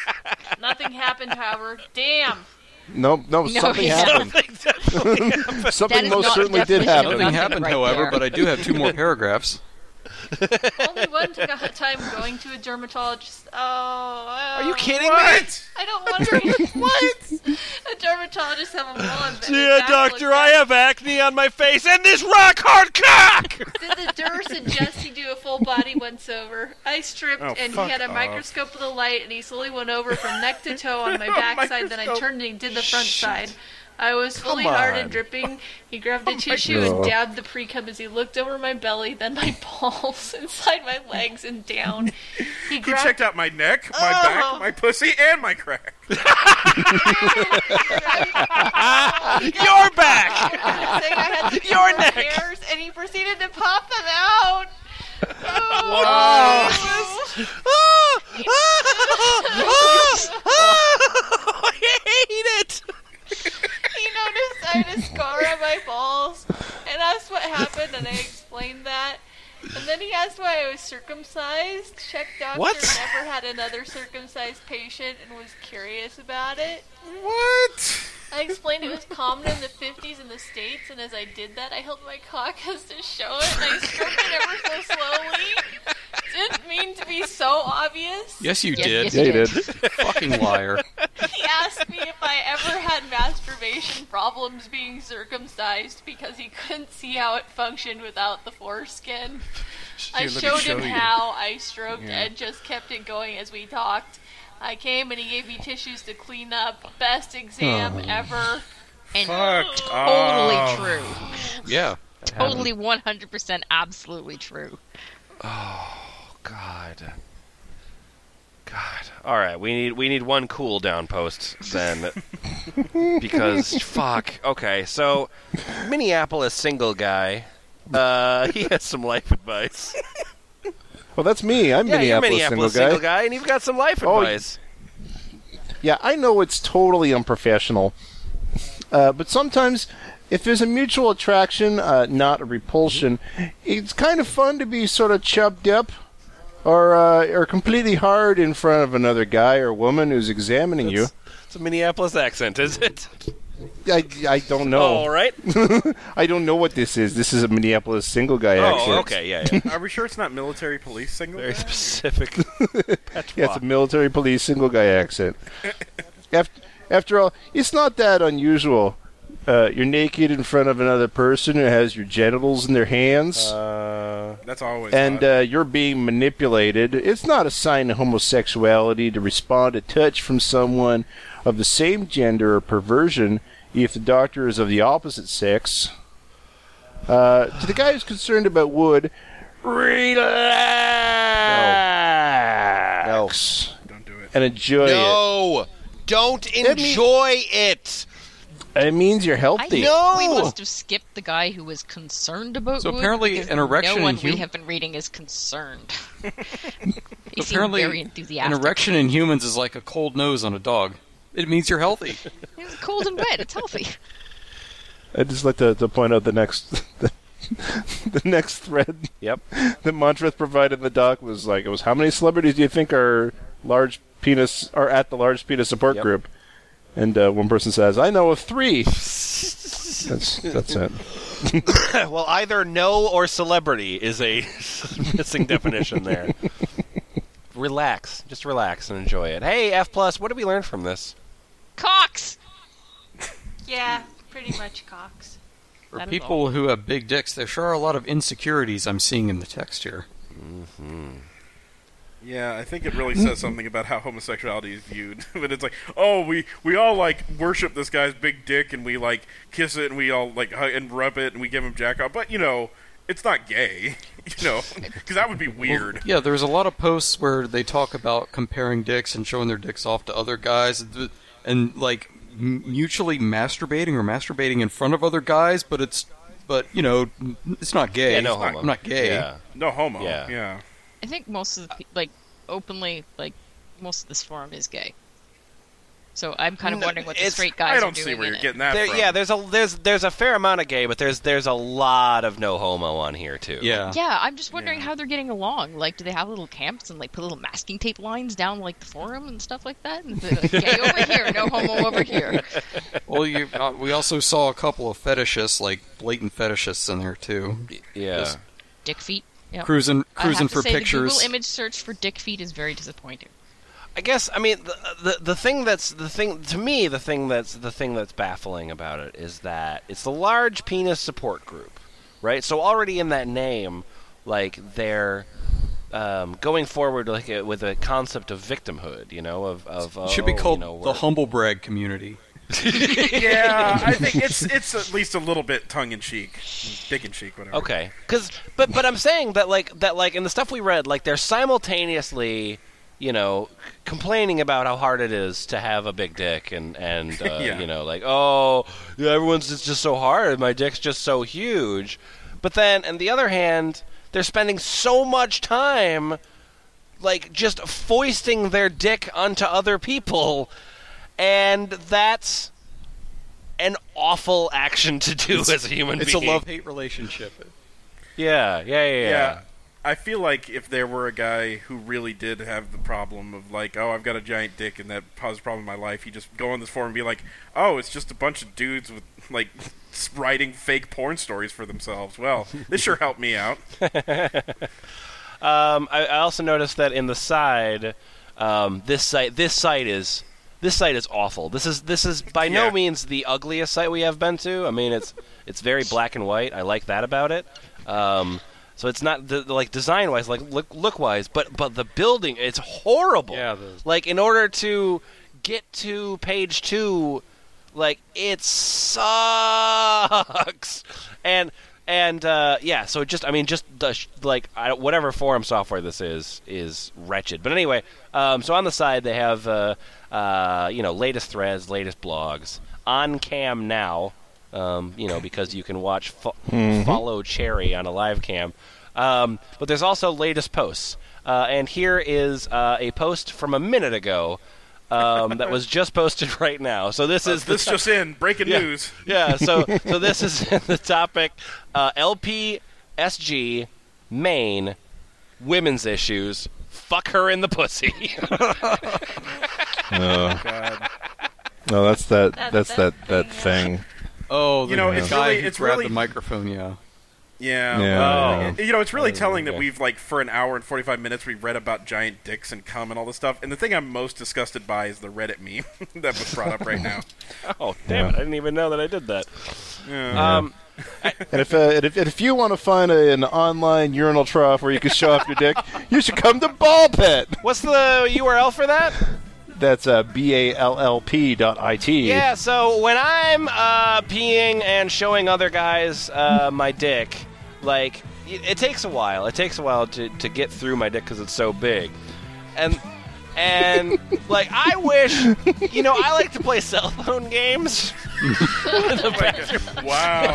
Speaker 7: Nothing happened, however. Damn.
Speaker 3: No, no, something
Speaker 6: yeah.
Speaker 3: happened.
Speaker 6: That
Speaker 3: something
Speaker 6: is
Speaker 3: most
Speaker 6: not
Speaker 3: certainly did happen.
Speaker 6: definition of
Speaker 9: Nothing
Speaker 6: Nothing
Speaker 9: happened,
Speaker 6: right
Speaker 9: however,
Speaker 6: there.
Speaker 9: but I do have two more paragraphs.
Speaker 7: Only one t- time going to a dermatologist. Oh.
Speaker 2: Are you kidding me?
Speaker 5: What?
Speaker 7: I don't want to. what? A dermatologist have a blonde. and
Speaker 2: Yeah,
Speaker 7: his ass
Speaker 2: doctor,
Speaker 7: looked
Speaker 2: I
Speaker 7: bad.
Speaker 2: have acne on my face and this rock hard cock.
Speaker 7: Did the juror suggest he do a full body once over? I stripped
Speaker 5: Oh,
Speaker 7: and he
Speaker 5: fuck
Speaker 7: had a
Speaker 5: off.
Speaker 7: microscope of the light and he slowly went over from neck to toe on
Speaker 2: Oh,
Speaker 7: my backside, then I
Speaker 5: Microscope.
Speaker 7: turned and he did the front side. I was fully
Speaker 2: Come
Speaker 7: hard
Speaker 2: on. Oh
Speaker 7: and dripping. He grabbed a tissue and dabbed the precum as he looked over my belly, then my balls, inside my legs, and down. He
Speaker 5: He
Speaker 7: grabbed
Speaker 5: checked out my neck, my
Speaker 7: Oh.
Speaker 5: back, my pussy, and my crack.
Speaker 2: You're back.
Speaker 7: saying I had the
Speaker 2: Your
Speaker 7: number of
Speaker 2: neck.
Speaker 7: hairs, and he proceeded to pop them out.
Speaker 2: Wow.
Speaker 7: Oh,
Speaker 2: Ah! Ah! Ah! Ah! I hate it.
Speaker 7: he noticed I had a scar on my balls and asked what happened, and I explained that. And then he asked why I was circumcised. Checked doctor
Speaker 2: What?
Speaker 7: never had another circumcised patient and was curious about it.
Speaker 5: What?
Speaker 11: I explained it was common in the 50s in the States, and as I did that, I held my cock as to show it, and I stroked it ever so slowly. Didn't mean to be so obvious.
Speaker 9: Yes, you
Speaker 6: Yes,
Speaker 9: did.
Speaker 6: yes, you Yeah, you did.
Speaker 9: Fucking liar.
Speaker 11: He asked me if I ever had masturbation problems being circumcised because he couldn't see how it functioned without the foreskin. I
Speaker 9: Here, let me
Speaker 11: showed
Speaker 9: show
Speaker 11: him
Speaker 9: you.
Speaker 11: how I stroked
Speaker 9: Yeah.
Speaker 11: and just kept it going as we talked. I came and he gave me tissues to clean up. Best exam
Speaker 9: Oh.
Speaker 11: ever.
Speaker 6: And
Speaker 5: Fuck
Speaker 6: totally
Speaker 5: off.
Speaker 6: true.
Speaker 9: Yeah. that happened.
Speaker 6: Totally 100% absolutely true.
Speaker 2: God. God. All right, we need we need one cool down post then, because fuck. Okay, so Minneapolis single guy. Uh, he has some life advice.
Speaker 3: Well, that's me. I'm
Speaker 2: yeah, you're
Speaker 3: Minneapolis,
Speaker 2: Minneapolis
Speaker 3: single guy.
Speaker 2: single guy, and you've got some life
Speaker 3: Oh,
Speaker 2: advice.
Speaker 3: Yeah, I know it's totally unprofessional, uh, but sometimes if there's a mutual attraction, uh, not a repulsion, it's kind of fun to be sort of chubbed up. Or, uh, or completely hard in front of another guy or woman who's examining
Speaker 2: It's a Minneapolis accent, is it?
Speaker 3: you. I, I don't know.
Speaker 2: All right.
Speaker 3: I don't know what this is. This is a Minneapolis single guy accent.
Speaker 2: Oh, okay, yeah, yeah.
Speaker 5: Are we sure it's not military police single?
Speaker 2: Very
Speaker 5: guy?
Speaker 2: specific.
Speaker 3: Yeah, it's a military police single guy accent. after, after all, it's not that unusual. Uh, you're naked in front of another person who has your genitals in their hands,
Speaker 5: That's always
Speaker 3: and
Speaker 5: odd.
Speaker 3: uh, you're being manipulated. It's not a sign of homosexuality to respond to touch from someone of the same gender or perversion if the doctor is of the opposite sex. Uh, to the guy who's concerned about wood, relax
Speaker 5: don't do it.
Speaker 3: and enjoy it.
Speaker 1: No, don't enjoy it.
Speaker 3: It means you're
Speaker 6: I
Speaker 3: healthy.
Speaker 6: think we must have skipped the guy who was concerned about
Speaker 9: So
Speaker 6: wood,
Speaker 9: apparently
Speaker 6: because
Speaker 9: an erection
Speaker 6: no one
Speaker 9: in hu-
Speaker 6: we have been reading is concerned. he seemed
Speaker 9: Apparently,
Speaker 6: very
Speaker 9: an
Speaker 6: enthusiastic.
Speaker 9: erection in humans is like a cold nose on a dog. It means you're healthy.
Speaker 6: It was cold in bed. It's healthy.
Speaker 3: I just like to, to point out the next the, next thread
Speaker 2: Yep.
Speaker 3: that Montreth provided in the doc was like it was how many celebrities do you think are large penis are at the large penis support
Speaker 2: Yep.
Speaker 3: group? And uh, one person says, "I know of three. that's that's it.
Speaker 2: well, either no or celebrity is a missing definition there. relax, just relax and enjoy it. Hey, F plus, what did we learn from this?
Speaker 6: Cox!
Speaker 7: Yeah, pretty much Cox.
Speaker 9: For
Speaker 6: That is
Speaker 9: people who have big dicks, there sure are a lot of insecurities I'm seeing in the text here.
Speaker 5: Yeah, I think it really says something about how homosexuality is viewed. but it's like, oh, we we all like worship this guy's big dick, and we like kiss it, and we all like hug and rub it, and we give him jack off. But you know, it's not gay, you know, because that would be weird.
Speaker 9: Yeah, there's a lot of posts where they talk about comparing dicks and showing their dicks off to other guys and, and like m- mutually masturbating or masturbating in front of other guys, but it's but you know, n- it's not gay.
Speaker 2: yeah, no
Speaker 9: It's not-
Speaker 2: homo.
Speaker 9: I'm not gay.
Speaker 2: Yeah.
Speaker 5: No homo.
Speaker 2: Yeah.
Speaker 5: Yeah.
Speaker 6: I think most of the pe- like openly like most of this forum is gay. So I'm kind of
Speaker 2: No,
Speaker 6: wondering what the
Speaker 2: it's-
Speaker 6: straight guys
Speaker 5: I don't
Speaker 6: are doing
Speaker 5: see where
Speaker 6: in
Speaker 5: you're
Speaker 6: it.
Speaker 5: getting that
Speaker 2: There,
Speaker 5: from.
Speaker 2: yeah, there's a there's there's a fair amount of gay, but there's there's a lot of no homo on here too.
Speaker 9: Yeah.
Speaker 6: Yeah, I'm just wondering how they're getting along. Like, do they have little camps and like put little masking tape lines down like the forum and stuff like that? And they're like, gay over here, no homo over here.
Speaker 9: Well, you, uh, we also saw a couple of fetishists, like blatant fetishists, in there too,
Speaker 2: yeah.
Speaker 9: Just-
Speaker 6: Dick feet. Yeah.
Speaker 9: cruising
Speaker 6: I have
Speaker 9: cruising
Speaker 6: to
Speaker 9: for
Speaker 6: say, The
Speaker 9: pictures.
Speaker 6: Google image search for dick feet is very disappointing.
Speaker 2: I guess I mean the, the the thing that's the thing to me the thing that's the thing that's baffling about it is that it's the large penis support group, right? So already in that name, like they're um, going forward like a, with a concept of victimhood, you know, of of
Speaker 9: It should be
Speaker 2: oh,
Speaker 9: called
Speaker 2: you know,
Speaker 9: the
Speaker 2: we're-
Speaker 9: humble brag community.
Speaker 5: yeah, I think it's it's at least a little bit tongue in cheek, dick in cheek, whatever.
Speaker 2: Okay, because but but I'm saying that like that like in the stuff we read, like they're simultaneously, you know, c- complaining about how hard it is to have a big dick and and uh,
Speaker 5: Yeah.
Speaker 2: you know like oh yeah, everyone's it's just so hard, my dick's just so huge, but then on the other hand, they're spending so much time like just foisting their dick onto other people, and that's. An awful action to do as a human
Speaker 9: It's a
Speaker 2: being.
Speaker 9: love hate relationship.
Speaker 2: Yeah, yeah, yeah.
Speaker 5: Yeah. I feel like if there were a guy who really did have the problem of like, oh, I've got a giant dick and that caused a problem in my life, he'd just go on this forum and be like, oh, it's just a bunch of dudes with like writing fake porn stories for themselves. Well, this sure helped me out.
Speaker 2: Um, I, I also noticed that in the side, um, this site this site is this site is awful. This is this is by no
Speaker 5: Yeah.
Speaker 2: means the ugliest site we have been to. I mean, it's it's very black and white. I like that about it. Um, so it's not the, like design wise, like look look wise, but but the building it's horrible.
Speaker 4: Yeah, the-
Speaker 2: Like in order to get to page two, like it sucks. And and uh, yeah, so just I mean, just the sh- like I, don't- whatever forum software this is is wretched. But anyway, um, so on the side they have uh, uh, you know latest threads, latest blogs on cam now. Um, you know because you can watch fo- follow Cherry on a live cam. Um, but there's also latest posts, uh, and here is uh, a post from a minute ago um, that was just posted right now. So this is
Speaker 5: this
Speaker 2: the
Speaker 5: just in breaking
Speaker 2: Yeah.
Speaker 5: news.
Speaker 2: yeah, so so this is the topic uh, LPSG Maine women's issues. Fuck her in the pussy.
Speaker 5: God.
Speaker 3: No, that's that.
Speaker 7: That-
Speaker 3: that's
Speaker 7: that
Speaker 3: that that thing.
Speaker 9: Oh, the
Speaker 5: You know, it's
Speaker 9: guy
Speaker 5: really-
Speaker 9: who
Speaker 5: it's
Speaker 9: grabbed
Speaker 5: really-
Speaker 9: the microphone. Yeah.
Speaker 5: Yeah.
Speaker 3: Yeah.
Speaker 5: Uh,
Speaker 9: Oh.
Speaker 5: You know, it's really telling that we've like for an hour and forty five minutes we've read about giant dicks and cum and all this stuff. And the thing I'm most disgusted by is the Reddit meme that was brought up right now.
Speaker 2: oh damn it! I didn't even know that I did that.
Speaker 5: Yeah.
Speaker 2: Um,
Speaker 3: And if, uh, and if and if you want to find a, an online urinal trough where you can show off your dick, you should come to Ball Pit.
Speaker 2: what's the URL for that?
Speaker 3: That's uh, b a l l p dot i t.
Speaker 2: Yeah, so when I'm uh, peeing and showing other guys uh, my dick, like it, it takes a while. It takes a while to, to get through my dick because it's so big, and and like I wish, you know, I like to play cell phone games.
Speaker 5: Wow.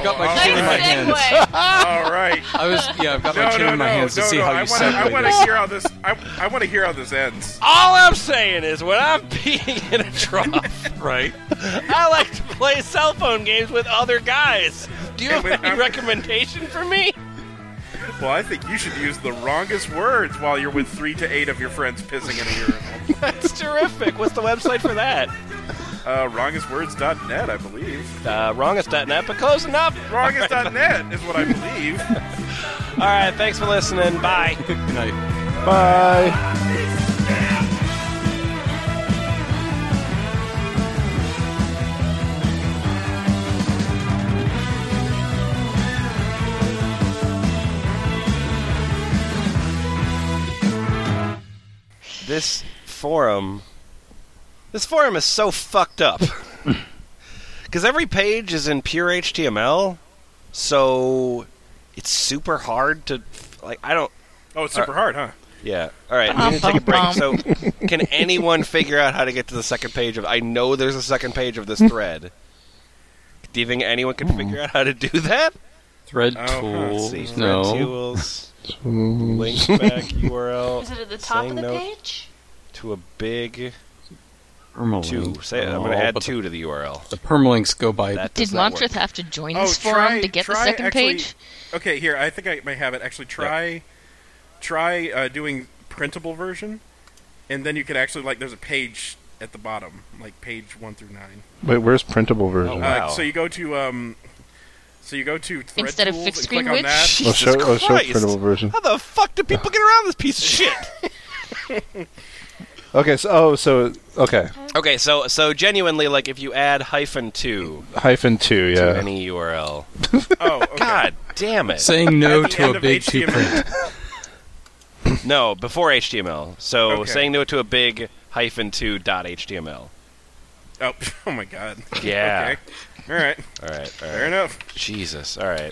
Speaker 9: Got my
Speaker 5: all,
Speaker 9: chin in my
Speaker 5: right.
Speaker 9: hands.
Speaker 11: Segue.
Speaker 5: all right.
Speaker 9: I was yeah. I've got
Speaker 5: No,
Speaker 9: my chin
Speaker 5: no,
Speaker 9: in my
Speaker 5: no,
Speaker 9: hands
Speaker 5: no,
Speaker 9: to see
Speaker 5: no.
Speaker 9: how
Speaker 5: I
Speaker 9: you
Speaker 5: wanna- I
Speaker 9: segue
Speaker 5: want to
Speaker 9: this.
Speaker 5: hear how this. I, I want to hear how this ends.
Speaker 2: All I'm saying is when I'm peeing in a trough,
Speaker 9: Right.
Speaker 2: I like to play cell phone games with other guys. Do you have
Speaker 5: And when
Speaker 2: any
Speaker 5: I'm-
Speaker 2: recommendation for me?
Speaker 5: Well, I think you should use the wrongest words while you're with three to eight of your friends pissing in a urinal.
Speaker 2: That's terrific. What's the website for that?
Speaker 5: Uh, wrongestwords.net, I believe.
Speaker 2: Uh, wrongest.net, but close enough.
Speaker 5: Wrongest.net is what I believe.
Speaker 2: All right, thanks for listening. Bye.
Speaker 9: Good night.
Speaker 3: Bye.
Speaker 2: this forum this forum is so fucked up because every page is in pure html so it's super hard to like i don't
Speaker 5: Oh, it's super hard, huh?
Speaker 2: yeah all right we need to take a break so can anyone figure out how to get to the second page of i know there's a second page of this thread do you think anyone can figure out how to do that
Speaker 9: Thread
Speaker 5: Oh,
Speaker 9: tools.
Speaker 2: Let's see,
Speaker 9: no.
Speaker 2: tools links back url
Speaker 7: Is it at the top
Speaker 2: saying
Speaker 7: of the
Speaker 2: no
Speaker 7: page?
Speaker 2: to a big
Speaker 9: Permalink.
Speaker 2: two say i'm
Speaker 9: No,
Speaker 4: Oh,
Speaker 2: gonna add
Speaker 9: but
Speaker 2: two to the url
Speaker 9: The, the permalinks go by.
Speaker 2: That
Speaker 6: Did
Speaker 2: does not
Speaker 6: Montreth
Speaker 2: work.
Speaker 6: have to join
Speaker 5: Oh,
Speaker 6: this forum
Speaker 5: try-
Speaker 6: to get the
Speaker 5: try
Speaker 6: second
Speaker 5: actually-
Speaker 6: page?
Speaker 5: Okay, here, I think I may have it. Actually, try try uh, doing printable version, and then you could actually, like, there's a page at the bottom, like page 1 through 9.
Speaker 3: Wait, where's printable version?
Speaker 2: Oh, Wow.
Speaker 5: Uh, so you go to, um, so you go to thread
Speaker 6: Instead of
Speaker 5: tools
Speaker 6: fixed
Speaker 5: and click
Speaker 6: screen
Speaker 5: on
Speaker 6: width?
Speaker 5: that.
Speaker 3: I'll
Speaker 2: Jesus
Speaker 3: Oh, show, I'll show
Speaker 2: Christ.
Speaker 3: printable version.
Speaker 2: How the fuck do people get around this piece of shit?
Speaker 3: Okay, so oh, so okay,
Speaker 2: okay, so so genuinely, like if you add hyphen two
Speaker 3: hyphen two,
Speaker 2: to
Speaker 3: yeah.
Speaker 2: any URL,
Speaker 5: Oh, okay.
Speaker 2: God damn it!
Speaker 9: saying no
Speaker 5: At the
Speaker 9: to
Speaker 5: end
Speaker 9: a
Speaker 5: of
Speaker 9: big two
Speaker 5: HTML.
Speaker 9: print.
Speaker 2: No, before HTML. So
Speaker 5: Okay.
Speaker 2: saying no to a big hyphen two dot HTML.
Speaker 5: Oh, oh my God.
Speaker 2: Yeah.
Speaker 5: Okay. All right.
Speaker 2: All right. All
Speaker 5: Fair
Speaker 2: right.
Speaker 5: enough.
Speaker 2: Jesus. All right.